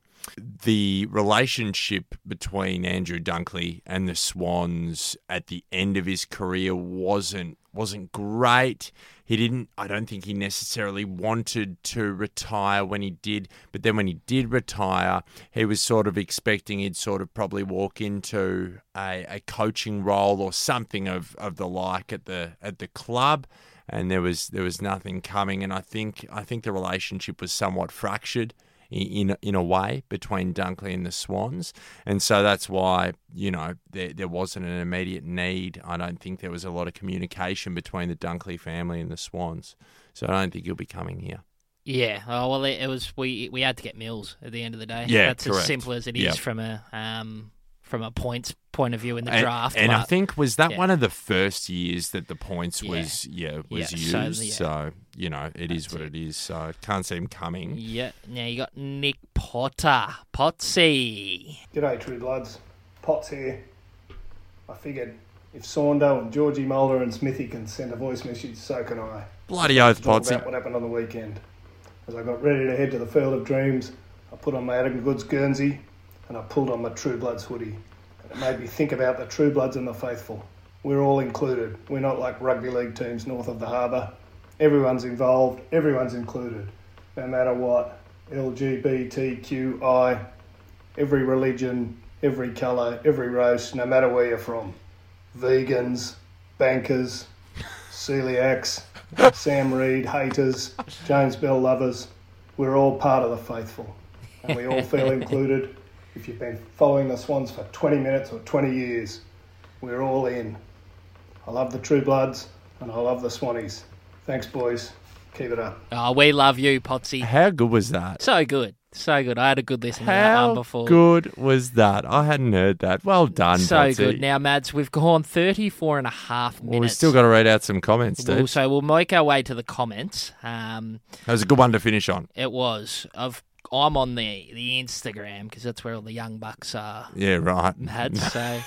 Speaker 5: The relationship between Andrew Dunkley and the Swans at the end of his career wasn't wasn't great. He didn't, I don't think he necessarily wanted to retire when he did. But then when he did retire, he was sort of expecting he'd sort of probably walk into a, a coaching role or something of, of the like at the at the club. And there was there was nothing coming. And I think I think the relationship was somewhat fractured in in a way between Dunkley and the Swans, and so that's why you know there there wasn't an immediate need. I don't think there was a lot of communication between the Dunkley family and the Swans, so I don't think he'll be coming here.
Speaker 4: Yeah. Oh well, it, it was we we had to get Mills at the end of the day.
Speaker 5: Yeah,
Speaker 4: that's as
Speaker 5: correct.
Speaker 4: simple as it is
Speaker 5: Yeah.
Speaker 4: from a um from a points point of view in the
Speaker 5: And-
Speaker 4: draft.
Speaker 5: and, I
Speaker 4: but-
Speaker 5: think was that
Speaker 4: yeah.
Speaker 5: one of the first years that the points
Speaker 4: Yeah.
Speaker 5: was yeah was
Speaker 4: Yeah,
Speaker 5: used.
Speaker 4: so,
Speaker 5: So,
Speaker 4: yeah.
Speaker 5: you know it is what it is. So can't see him coming.
Speaker 4: Yeah. Now you got Nick Potter, Potsy.
Speaker 6: G'day, True Bloods. Potts here. I figured if Saundo and Georgie Mulder and Smithy can send a voice message, so can I.
Speaker 5: Bloody oath,
Speaker 6: To talk
Speaker 5: Potsy.
Speaker 6: about what happened on the weekend. As I got ready to head to the Field of Dreams, I put on my Adam Goods Guernsey and I pulled on my True Bloods hoodie. And it made me think about the True Bloods and the Faithful. We're all included. We're not like rugby league teams north of the harbour. Everyone's involved, everyone's included. No matter what, LGBTQI, every religion, every colour, every race, no matter where you're from. Vegans, bankers, celiacs, Sam Reed haters, James Bell lovers. We're all part of the faithful and we all feel included. If you've been following the Swans for 20 minutes or 20 years, we're all in. I love the True Bloods and I love the Swannies. Thanks, boys. Keep it up.
Speaker 4: Oh, we love you, Potsy.
Speaker 5: How good was that?
Speaker 4: So good, so good. I had a good listen to that
Speaker 5: How
Speaker 4: one before.
Speaker 5: good was that? I hadn't heard that. Well done,
Speaker 4: So
Speaker 5: Potsy.
Speaker 4: good. Now, Mads, we've gone 34 and a half
Speaker 5: Well, we've
Speaker 4: minutes.
Speaker 5: still got to read out some comments,
Speaker 4: We'll-
Speaker 5: Steve.
Speaker 4: so we'll make our way to the comments. Um,
Speaker 5: That was a good one to finish on.
Speaker 4: it was of I'm on the the Instagram because that's where all the young bucks are.
Speaker 5: Yeah,
Speaker 4: <laughs>
Speaker 5: right. <laughs>
Speaker 4: Mads, so.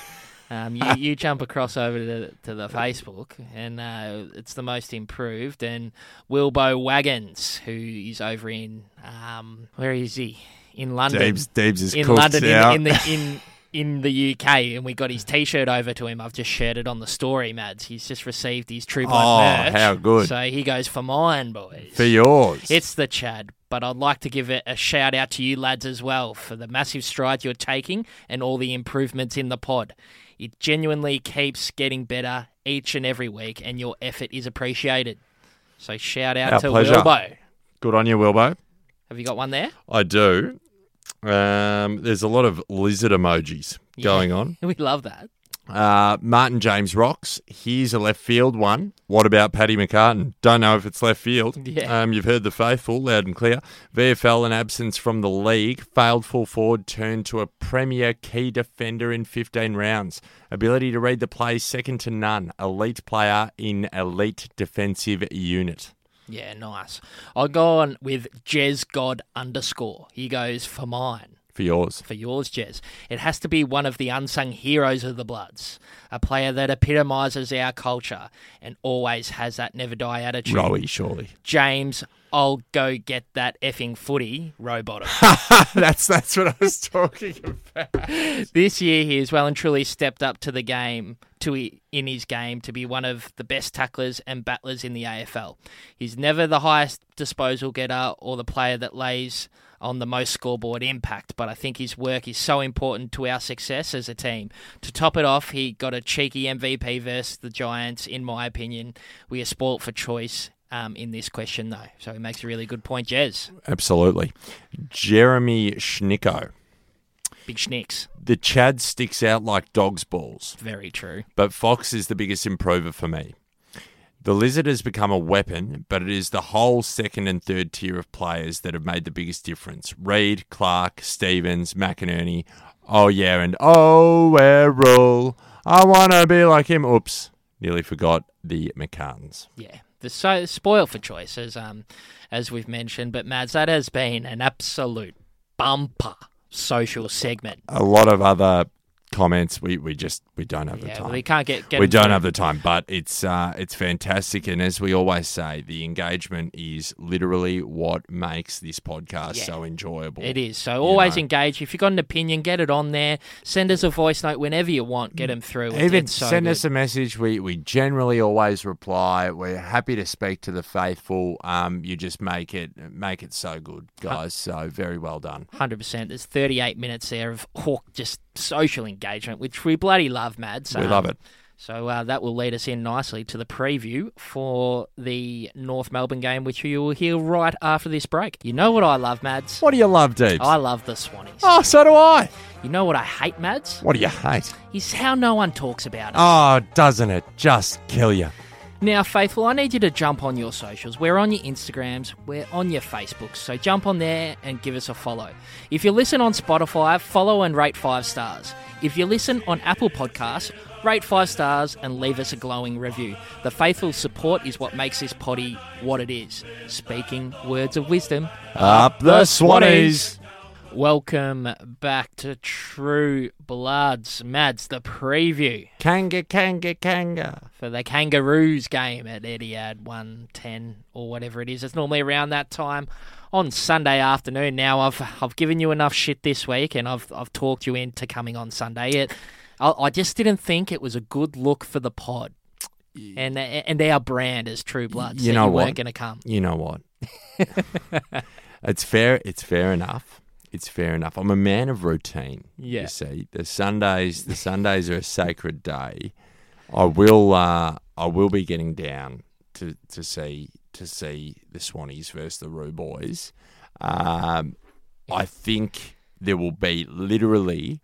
Speaker 4: Um, you, you jump across over to, to the Facebook, and uh, it's the most improved. And Wilbo Wagons, who is over in um, where is he? In London.
Speaker 5: Deebs- Deebs is
Speaker 4: in
Speaker 5: cooked
Speaker 4: London
Speaker 5: out.
Speaker 4: in, in the
Speaker 5: <laughs>
Speaker 4: in in the UK, and we got his T-shirt over to him. I've just shared it on the story, Mads. He's just received his True Blood
Speaker 5: Oh,
Speaker 4: merch.
Speaker 5: how good.
Speaker 4: So he goes for mine, boys.
Speaker 5: For yours.
Speaker 4: It's the Chad. But I'd like to give it a shout out to you lads as well for the massive stride you're taking and all the improvements in the pod. It genuinely keeps getting better each and every week, and your effort is appreciated. So shout out
Speaker 5: Our
Speaker 4: to
Speaker 5: pleasure.
Speaker 4: Wilbo.
Speaker 5: Good on you, Wilbo.
Speaker 4: Have you got one there?
Speaker 5: I do. Um, there's a lot of lizard emojis going on.
Speaker 4: <laughs> We love that.
Speaker 5: Uh, Martin James rocks. Here's a left field one. What about Paddy McCartan? Don't know if it's left field.
Speaker 4: Yeah.
Speaker 5: Um, you've heard the faithful loud and clear. VFL in absence from the league. Failed full forward turned to a premier key defender in 15 rounds. Ability to read the play second to none. Elite player in elite defensive unit. <laughs>
Speaker 4: Yeah, nice. I'll go on with Jez God underscore. He goes for mine.
Speaker 5: For yours.
Speaker 4: For yours, Jez. It has to be one of the unsung heroes of the Bloods, a player that epitomises our culture and always has that never die attitude.
Speaker 5: Rowie, surely.
Speaker 4: James, I'll go get that effing footy,
Speaker 5: <laughs>
Speaker 4: Robottom.
Speaker 5: that's that's what I was <laughs> talking about.
Speaker 4: <laughs> this year, he has well and truly stepped up to the game, to i- in his game, to be one of the best tacklers and battlers in the AFL. He's never the highest disposal getter or the player that lays on the most scoreboard impact, but I think his work is so important to our success as a team. To top it off, he got a cheeky MVP versus the Giants, in my opinion. We are spoilt for choice. Um, in this question, though, so he makes a really good point, Jez.
Speaker 5: Absolutely. Jeremy Schnicko.
Speaker 4: Big schnicks.
Speaker 5: The Chad sticks out like dog's balls.
Speaker 4: Very true.
Speaker 5: But Fox is the biggest improver for me. The Lizard has become a weapon, but it is the whole second and third tier of players that have made the biggest difference. Reed, Clark, Stevens, McInerney. Oh, yeah, and oh, Errol. I want to be like him. Oops. Nearly forgot the McCartans.
Speaker 4: Yeah, the so spoil for choice as um as we've mentioned, but Mads, that has been an absolute bumper social segment.
Speaker 5: A lot of other comments. We we just we don't have the
Speaker 4: Yeah,
Speaker 5: time.
Speaker 4: we can't get- get
Speaker 5: we
Speaker 4: them
Speaker 5: don't
Speaker 4: through.
Speaker 5: have the time, but it's uh, it's fantastic. And as we always say, the engagement is literally what makes this podcast
Speaker 4: Yeah.
Speaker 5: so enjoyable.
Speaker 4: It is. So
Speaker 5: You
Speaker 4: always
Speaker 5: know?
Speaker 4: engage. If you've got an opinion, get it on there. Send us a voice note whenever you want. Get them through. It-
Speaker 5: Mm. Even
Speaker 4: it's so
Speaker 5: send
Speaker 4: good.
Speaker 5: us a message. We we generally always reply. We're happy to speak to the faithful. Um, you just make it make it so good,
Speaker 4: Uh,
Speaker 5: guys. So very well done.
Speaker 4: Hundred percent. There's 38 minutes there of hawk just social engagement, which we bloody love, Mad. So,
Speaker 5: We love it.
Speaker 4: So uh, that will lead us in nicely to the preview for the North Melbourne game, which you will hear right after this break. You know what I love, Mads?
Speaker 5: What do you love, Deeps?
Speaker 4: I love the Swannies.
Speaker 5: Oh, so do I.
Speaker 4: You know what I hate, Mads?
Speaker 5: What do you hate?
Speaker 4: Is how no one talks about it.
Speaker 5: Oh, doesn't it just kill you?
Speaker 4: Now, Faithful, I need you to jump on your socials. We're on your Instagrams, we're on your Facebooks, so jump on there and give us a follow. If you listen on Spotify, follow and rate five stars. If you listen on Apple Podcasts, rate five stars and leave us a glowing review. The Faithful support is what makes this potty what it is. Speaking words of wisdom.
Speaker 5: Up the Swannies.
Speaker 4: Welcome back to True Bloods. Mads, the preview.
Speaker 5: Kanga, kanga, kanga.
Speaker 4: For the Kangaroos game at Etihad 110 or whatever it is. It's normally around that time on Sunday afternoon. Now, I've I've given you enough shit this week and I've, I've talked you into coming on Sunday. It, I, I just didn't think it was a good look for the pod. And and our brand is True Bloods.
Speaker 5: you
Speaker 4: that
Speaker 5: know
Speaker 4: you
Speaker 5: what?
Speaker 4: weren't going to come.
Speaker 5: You know what?
Speaker 4: <laughs>
Speaker 5: it's fair. It's fair enough. It's fair enough. I'm a man of routine.
Speaker 4: Yeah.
Speaker 5: You see, the Sundays. The Sundays are a sacred day. I will. Uh, I will be getting down to to see to see the Swannies versus the Roo Boys. Um, I think there will be literally.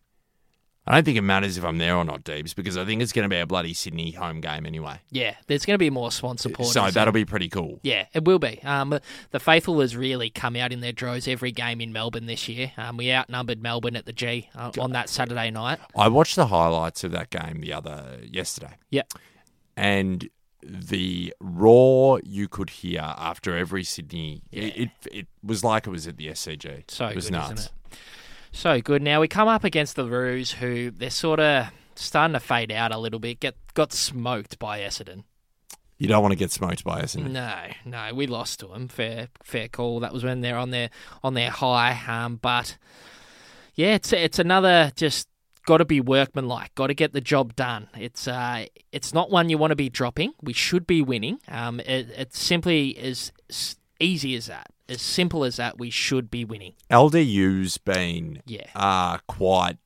Speaker 5: I don't think it matters if I'm there or not, Deebs, because I think it's going to be a bloody Sydney home game anyway.
Speaker 4: Yeah, there's going to be more Swan support.
Speaker 5: So Uh, that'll be pretty cool.
Speaker 4: Yeah, it will be. Um, the faithful has really come out in their droves every game in Melbourne this year. Um, we outnumbered Melbourne at the G uh, on that Saturday night.
Speaker 5: I watched the highlights of that game the other yesterday.
Speaker 4: Yep.
Speaker 5: And the roar you could hear after every Sydney, it, it it was like it was at the SCG.
Speaker 4: So
Speaker 5: it was
Speaker 4: good,
Speaker 5: nuts.
Speaker 4: isn't it? So good. Now we come up against the Roos, who they're sort of starting to fade out a little bit. Get got smoked by Essendon.
Speaker 5: You don't want to get smoked by us, and
Speaker 4: No, no, we lost to them. Fair, fair call. That was when they're on their on their high. Um, but yeah, it's it's another just got to be workmanlike. Got to get the job done. It's uh, it's not one you want to be dropping. We should be winning. Um, it, it's simply as s- easy as that. As simple as that. We should be winning.
Speaker 5: LDU's been
Speaker 4: Yeah.
Speaker 5: uh, quite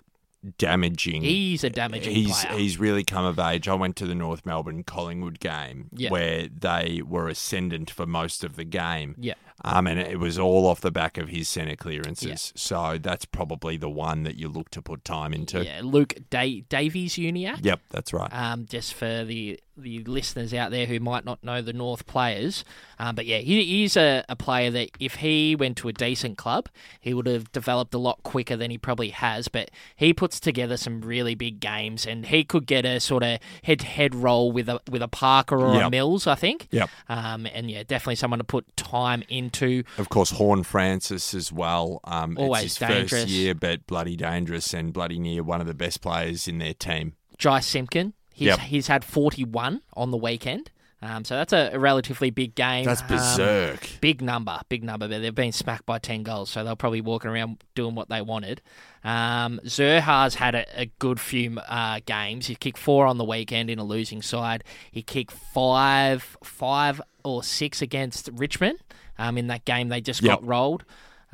Speaker 5: damaging.
Speaker 4: He's a damaging
Speaker 5: he's
Speaker 4: player.
Speaker 5: he's really come of age. I went to the North Melbourne Collingwood game
Speaker 4: Yeah.
Speaker 5: where they were ascendant for most of the game.
Speaker 4: Yeah.
Speaker 5: Um, and it was all off the back of his centre clearances. So that's probably the one that you look to put time into.
Speaker 4: Yeah, Luke da- Davies Uniac.
Speaker 5: Yep, that's right.
Speaker 4: Um, just for the the listeners out there who might not know the North players, um, but yeah, he, he's a, a player that if he went to a decent club, he would have developed a lot quicker than he probably has. But he puts together some really big games, and he could get a sort of head to head roll with a with a Parker or a
Speaker 5: Yep.
Speaker 4: Mills, I think.
Speaker 5: Yep.
Speaker 4: Um, and yeah, definitely someone to put time into.
Speaker 5: Of course, Horn Francis as well. Um,
Speaker 4: Always
Speaker 5: it's his
Speaker 4: dangerous.
Speaker 5: first year, but bloody dangerous and bloody near one of the best players in their team.
Speaker 4: Jai Simpkin. He's,
Speaker 5: Yep.
Speaker 4: he's had 41 on the weekend. Um, so that's a, a relatively big game.
Speaker 5: That's
Speaker 4: Um,
Speaker 5: berserk.
Speaker 4: big number, big number. But they've been smacked by 10 goals, so they're probably walking around doing what they wanted. Um, Zerha's had a, a good few uh, games. He kicked four on the weekend in a losing side. He kicked five, five or six against Richmond um, in that game they just
Speaker 5: Yep.
Speaker 4: got rolled.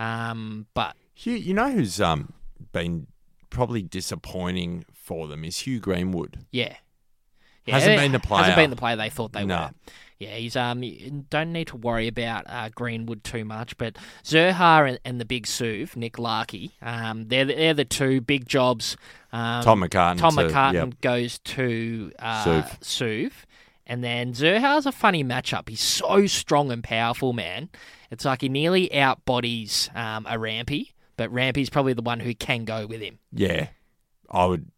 Speaker 4: Um, but
Speaker 5: Hugh, you know who's um been probably disappointing for them is Hugh Greenwood.
Speaker 4: Yeah.
Speaker 5: Hasn't
Speaker 4: it
Speaker 5: been the
Speaker 4: Hasn't
Speaker 5: player.
Speaker 4: been the player they thought they
Speaker 5: No.
Speaker 4: were. Yeah, he's um. you Don't need to worry about uh, Greenwood too much, but Zerha and, and the big Suv, Nick Larkey, um, they're the- they're the two big jobs. Um,
Speaker 5: Tom McCartan
Speaker 4: Tom
Speaker 5: to-
Speaker 4: McCartan
Speaker 5: yep.
Speaker 4: goes to uh,
Speaker 5: Suv.
Speaker 4: Suv, and then Zerha's a funny matchup. He's so strong and powerful, man. It's like he nearly outbodies um, a Rampy, but Rampy's probably the one who can go with him.
Speaker 5: Yeah, I would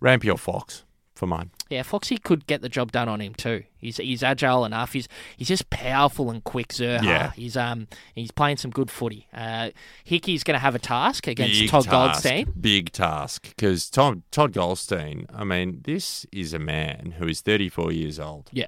Speaker 5: Rampy or Fox. for mine.
Speaker 4: Yeah, Foxy could get the job done on him too. He's he's agile enough. He's he's just powerful and quick. Zerha.
Speaker 5: Yeah.
Speaker 4: He's um he's playing some good footy. Uh, Hickey's going to have a task against
Speaker 5: Big
Speaker 4: Todd
Speaker 5: task,
Speaker 4: Goldstein.
Speaker 5: Big task because Todd Todd Goldstein. I mean, this is a man who is 34 years old.
Speaker 4: Yeah.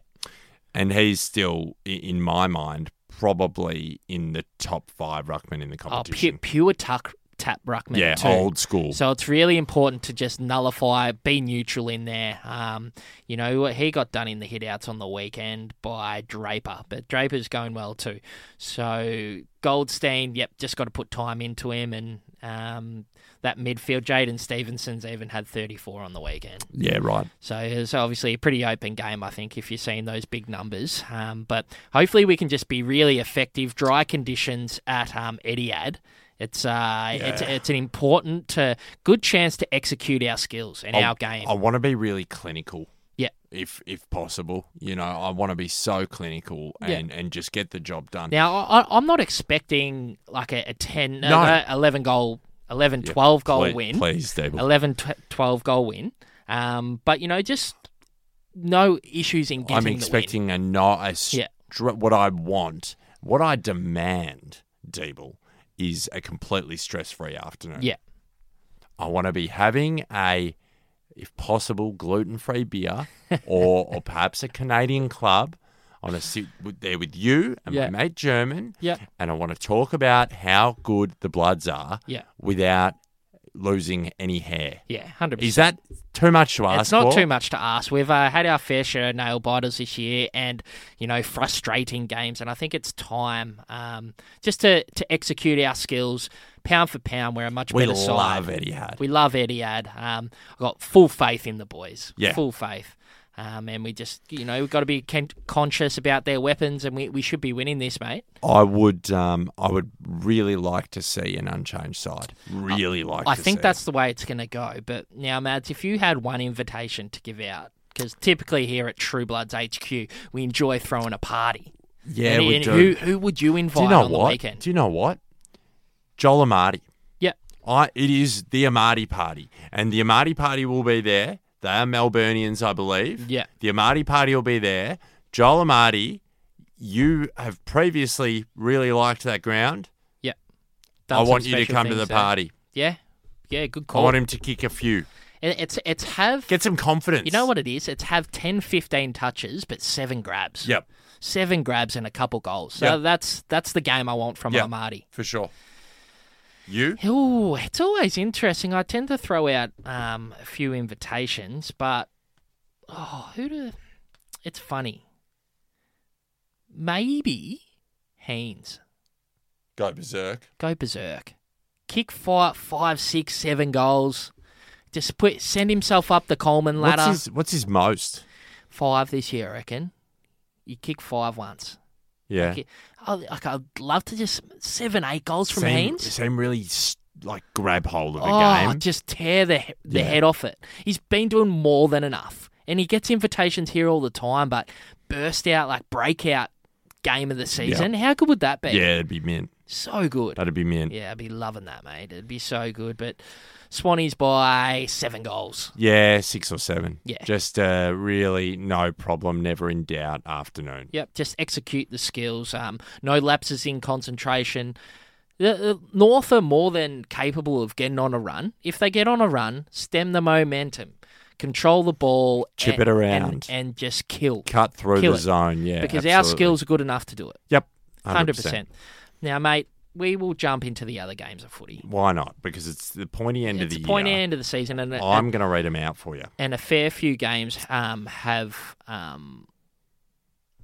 Speaker 5: and he's still, i- in my mind, probably in the top five ruckmen in the
Speaker 4: Oh,
Speaker 5: competition.
Speaker 4: pure, pure tuck tap ruckman.
Speaker 5: Yeah,
Speaker 4: too.
Speaker 5: old school.
Speaker 4: So it's really important to just nullify, be neutral in there. Um, you know, he got done in the hitouts on the weekend by Draper, but Draper's going well too. So Goldstein, yep, just got to put time into him and. Um, that midfield, Jaden Stevenson's even had 34 on the weekend.
Speaker 5: Yeah, right.
Speaker 4: So it's obviously a pretty open game, I think, if you're seeing those big numbers. Um, but hopefully we can just be really effective. Dry conditions at um, Etihad. It's uh, it's
Speaker 5: Yeah.
Speaker 4: it's an important, to, good chance to execute our skills and
Speaker 5: I-
Speaker 4: our game.
Speaker 5: I want to be really clinical.
Speaker 4: Yeah.
Speaker 5: If if possible, you know, I want to be so clinical
Speaker 4: Yeah.
Speaker 5: and and just get the job done.
Speaker 4: Now, I, I- I'm not expecting like a, a 10,
Speaker 5: No.
Speaker 4: uh, 11 goal, 11,
Speaker 5: Yeah,
Speaker 4: 12 goal
Speaker 5: please-
Speaker 4: win.
Speaker 5: please, Dable.
Speaker 4: 11, tw- 12 goal win. Um, but, you know, just no issues in getting
Speaker 5: I'm
Speaker 4: the win.
Speaker 5: expecting a not a str-
Speaker 4: Yeah.
Speaker 5: what I want, what I demand, Deeble, is a completely stress-free afternoon.
Speaker 4: Yeah.
Speaker 5: I want to be having a, if possible, gluten-free
Speaker 4: <laughs>
Speaker 5: beer or or perhaps a Canadian club. I want to sit with, there with you and
Speaker 4: Yeah.
Speaker 5: my mate German.
Speaker 4: Yeah.
Speaker 5: And I want to talk about how good the bloods are.
Speaker 4: Yeah.
Speaker 5: Without losing any hair.
Speaker 4: Yeah, 100%.
Speaker 5: Is that too much to ask?
Speaker 4: It's not
Speaker 5: for?
Speaker 4: too much to ask. We've uh, had our fair share of nail biters this year, and you know, frustrating games. And I think it's time um, just to to execute our skills pound for pound. We're a much
Speaker 5: We
Speaker 4: better
Speaker 5: love
Speaker 4: side.
Speaker 5: Etihad.
Speaker 4: We love Etihad. Um, I've got full faith in the boys.
Speaker 5: Yeah.
Speaker 4: full faith. Um, and we just, you know, we've got to be con- conscious about their weapons, and we, we should be winning this, mate.
Speaker 5: I would um, I would really like to see an unchanged side. Really like
Speaker 4: I
Speaker 5: to
Speaker 4: think
Speaker 5: see
Speaker 4: that's the way it's going to go. But now, Mads, if you had one invitation to give out, because typically here at True Bloods HQ, we enjoy throwing a party.
Speaker 5: it. Yeah,
Speaker 4: And-
Speaker 5: we
Speaker 4: and
Speaker 5: do.
Speaker 4: Who, who would you invite
Speaker 5: do you know
Speaker 4: on
Speaker 5: what?
Speaker 4: the weekend?
Speaker 5: Do you know what? Joel Amati.
Speaker 4: Yeah.
Speaker 5: I it is the Amati party. And the Amati party will be there. They are Melburnians, I believe.
Speaker 4: Yeah.
Speaker 5: The Amati party will be there. Joel Amati, you have previously really liked that ground.
Speaker 4: Yeah.
Speaker 5: I
Speaker 4: Done some
Speaker 5: want you to
Speaker 4: special
Speaker 5: come to the
Speaker 4: things there.
Speaker 5: party.
Speaker 4: Yeah, yeah, good call.
Speaker 5: I want him to kick a few.
Speaker 4: It- It's it's have
Speaker 5: get some confidence.
Speaker 4: You know what it is? It's have 10, 15 touches, but seven grabs.
Speaker 5: Yep.
Speaker 4: Seven grabs and a couple goals. So
Speaker 5: Yep.
Speaker 4: that's that's the game I want from
Speaker 5: Yeah,
Speaker 4: Amadi.
Speaker 5: For sure. You?
Speaker 4: Oh, it's always interesting. I tend to throw out um, a few invitations, but oh, who do? It's funny. Maybe Haynes
Speaker 5: Go berserk.
Speaker 4: go berserk, kick five, five, six, seven goals. Just put send himself up the Coleman ladder.
Speaker 5: What's his, what's his most?
Speaker 4: five this year, I reckon. You kick five once.
Speaker 5: Yeah.
Speaker 4: Like, I, like, I'd love to just seven, eight goals from
Speaker 5: seem,
Speaker 4: Haynes.
Speaker 5: seem really s- like grab hold of a
Speaker 4: Oh,
Speaker 5: game.
Speaker 4: just tear the he- the
Speaker 5: Yeah.
Speaker 4: head off it. He's been doing more than enough, and he gets invitations here all the time. But burst out like breakout game of the season. How good would that be?
Speaker 5: Yeah, it'd be mint.
Speaker 4: So good.
Speaker 5: That'd be mint. Yeah.
Speaker 4: Yeah, I'd be loving that, mate. It'd be so good. But Swannies by seven goals.
Speaker 5: six or seven.
Speaker 4: Yeah.
Speaker 5: Just uh, really no problem, never in doubt afternoon.
Speaker 4: Yep, just execute the skills. Um, no lapses in concentration. The, the North are more than capable of getting on a run. If they get on a run, stem the momentum, control the ball,
Speaker 5: Chip
Speaker 4: and-
Speaker 5: it around.
Speaker 4: and, and just kill.
Speaker 5: Cut through
Speaker 4: Kill
Speaker 5: the
Speaker 4: it.
Speaker 5: zone, yeah,
Speaker 4: because our
Speaker 5: absolutely.
Speaker 4: skills are good enough to do it.
Speaker 5: Yep,
Speaker 4: hundred
Speaker 5: 100%.
Speaker 4: percent. Now, mate, we will jump into the other games of footy.
Speaker 5: Why not? Because it's the pointy end of
Speaker 4: It's
Speaker 5: the
Speaker 4: the point
Speaker 5: year.
Speaker 4: end of the season, and
Speaker 5: I'm
Speaker 4: and-
Speaker 5: going to read them out for you.
Speaker 4: and a fair few games um, have um,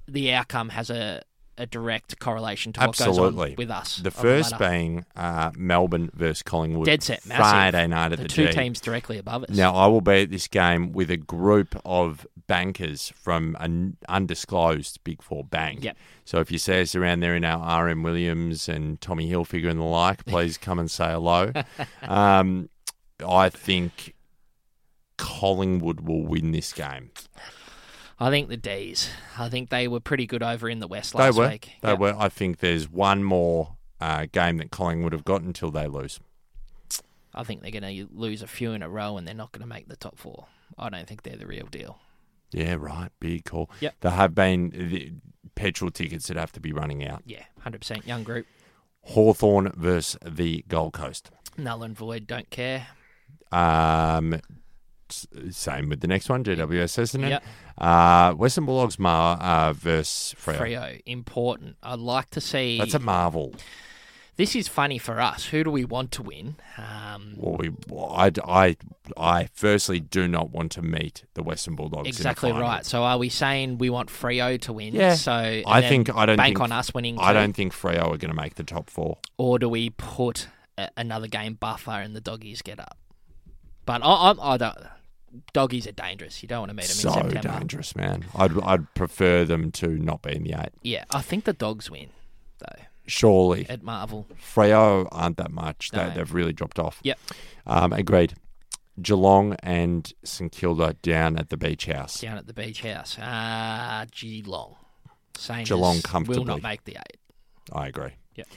Speaker 4: the outcome has a, a direct correlation to what goes
Speaker 5: Absolutely.
Speaker 4: on with us.
Speaker 5: The
Speaker 4: on
Speaker 5: first
Speaker 4: ladder.
Speaker 5: being uh, Melbourne versus Collingwood.
Speaker 4: dead set, massive.
Speaker 5: Friday night at the,
Speaker 4: the two
Speaker 5: G.
Speaker 4: teams directly above us.
Speaker 5: Now, I will be at this game with a group of bankers from an undisclosed Big Four bank.
Speaker 4: Yep.
Speaker 5: So if you see us around there in our RM Williams and Tommy Hilfiger and the like,
Speaker 4: <laughs>
Speaker 5: please come and say hello. um, I think Collingwood will win this game.
Speaker 4: I think the D's. I think they were pretty good over in the West last
Speaker 5: they were.
Speaker 4: week.
Speaker 5: They were. I think there's one more uh, game that Collingwood have got until they lose.
Speaker 4: I think they're going to lose a few in a row and they're not going to make the top four. I don't think they're the real deal.
Speaker 5: Yeah, right. Big call.
Speaker 4: Yep.
Speaker 5: There have been the petrol tickets that have to be running out.
Speaker 4: Yeah, 100% young group.
Speaker 5: Hawthorn versus the Gold Coast.
Speaker 4: Null and void, don't care.
Speaker 5: Um, s- same with the next one, GWS, isn't it?
Speaker 4: Yep.
Speaker 5: Uh, Western Bulldogs Mar uh, versus Freo.
Speaker 4: Frio, important. I'd like to see.
Speaker 5: That's a marvel.
Speaker 4: This is funny for us. Who do we want to win? Um,
Speaker 5: Well, we, well, I, I, I firstly do not want to meet the Western Bulldogs.
Speaker 4: exactly
Speaker 5: in the final.
Speaker 4: right. So are we saying we want Frio to win?
Speaker 5: Yeah.
Speaker 4: So and
Speaker 5: I
Speaker 4: then
Speaker 5: think I don't
Speaker 4: bank
Speaker 5: think-
Speaker 4: on us winning.
Speaker 5: I
Speaker 4: too?
Speaker 5: don't think Freo are going to make the top four.
Speaker 4: or do we put a, another game buffer and the doggies get up? But I, I'm, I don't. Doggies are dangerous. You don't want to meet them
Speaker 5: So
Speaker 4: in September.
Speaker 5: dangerous, man. I'd I'd prefer them to not be in the eight.
Speaker 4: Yeah, I think the dogs win.
Speaker 5: Surely
Speaker 4: At Marvel.
Speaker 5: Freo aren't that much. They,
Speaker 4: No.
Speaker 5: they've really dropped off.
Speaker 4: Yep.
Speaker 5: Um, agreed. Geelong and St Kilda down at the beach house.
Speaker 4: Down at the beach house. Ah, Geelong. Same
Speaker 5: Geelong
Speaker 4: as
Speaker 5: comfortably.
Speaker 4: will not make the eight.
Speaker 5: I agree.
Speaker 4: Yep.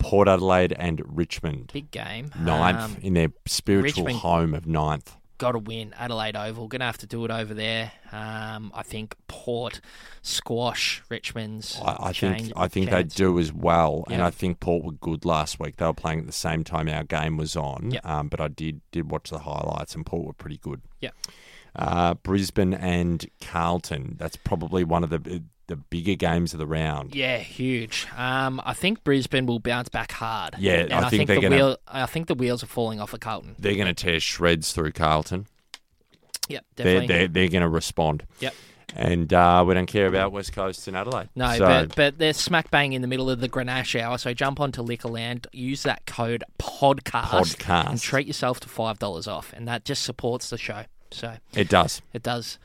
Speaker 5: Port Adelaide and Richmond.
Speaker 4: Big game.
Speaker 5: Ninth
Speaker 4: Um,
Speaker 5: in their spiritual
Speaker 4: Richmond-
Speaker 5: home of ninth.
Speaker 4: Got to win Adelaide Oval. Going to have to do it over there. Um, I think Port squash Richmond's.
Speaker 5: I, I
Speaker 4: change-
Speaker 5: think I think
Speaker 4: chance.
Speaker 5: they do as well, and
Speaker 4: Yeah.
Speaker 5: I think Port were good last week. They were playing at the same time our game was on,
Speaker 4: Yep.
Speaker 5: um, but I did did watch the highlights, and Port were pretty good.
Speaker 4: Yep.
Speaker 5: Uh, Brisbane and Carlton. That's probably one of the the bigger games of the round.
Speaker 4: Yeah, huge. Um, I think Brisbane will bounce back hard.
Speaker 5: Yeah,
Speaker 4: and
Speaker 5: I think they're
Speaker 4: the
Speaker 5: gonna-
Speaker 4: wheel. I think the wheels are falling off of Carlton.
Speaker 5: They're going to tear shreds through Carlton.
Speaker 4: Yep,
Speaker 5: They're
Speaker 4: definitely.
Speaker 5: they're, they're going to respond.
Speaker 4: Yep.
Speaker 5: And uh, we don't care about West Coast and Adelaide.
Speaker 4: No,
Speaker 5: So-
Speaker 4: but, but they're smack bang in the middle of the Grenache hour. So jump onto Liquorland, use that code podcast,
Speaker 5: Podcast.
Speaker 4: and treat yourself to five dollars off, and that just supports the show. So
Speaker 5: It does.
Speaker 4: It does.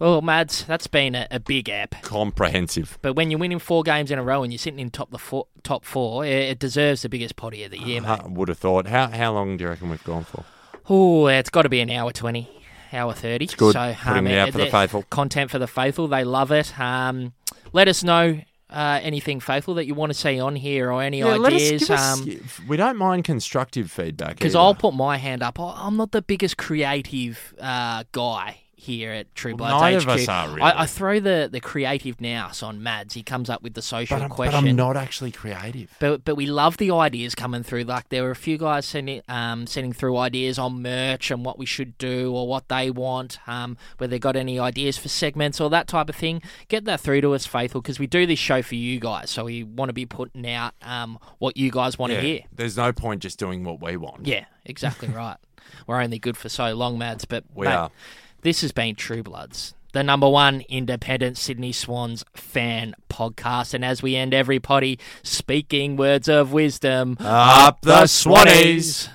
Speaker 4: Well, Mads, that's been a, a big app.
Speaker 5: comprehensive.
Speaker 4: But when you're winning four games in a row and you're sitting in top the four, top four, it, it deserves the biggest potty of the year, mate.
Speaker 5: I would have thought. How how long do you reckon we've gone for?
Speaker 4: Oh, it's got to be an hour 20, hour 30.
Speaker 5: It's good.
Speaker 4: So, um,
Speaker 5: Putting it out for the faithful.
Speaker 4: Content for the faithful. They love it. Um, let us know uh, anything faithful that you want to see on here or any
Speaker 5: Yeah, let us-
Speaker 4: ideas.
Speaker 5: give us-
Speaker 4: um,
Speaker 5: we don't mind constructive feedback.
Speaker 4: because
Speaker 5: either.
Speaker 4: I'll put my hand up. I- I'm not the biggest creative uh, guy here at True
Speaker 5: Well,
Speaker 4: Bloods
Speaker 5: neither
Speaker 4: HQ.
Speaker 5: of us are, really.
Speaker 4: I, I throw the, the creative nous on Mads. He comes up with the social
Speaker 5: but I'm, but
Speaker 4: question.
Speaker 5: I'm not actually creative.
Speaker 4: But but we love the ideas coming through. Like there were a few guys sending um, sending through ideas on merch and what we should do or what they want, um, whether they got any ideas for segments or that type of thing. Get that through to us, faithful, because we do this show for you guys. So we want to be putting out um, what you guys want to
Speaker 5: Yeah,
Speaker 4: hear.
Speaker 5: There's no point just doing what we want.
Speaker 4: Yeah,
Speaker 5: <laughs>
Speaker 4: exactly right. We're only good for so long, Mads. But
Speaker 5: We
Speaker 4: mate,
Speaker 5: are.
Speaker 4: This has been True Bloods, the number one independent Sydney Swans fan podcast. And as we end every potty, speaking words of wisdom,
Speaker 5: Up the Swannies.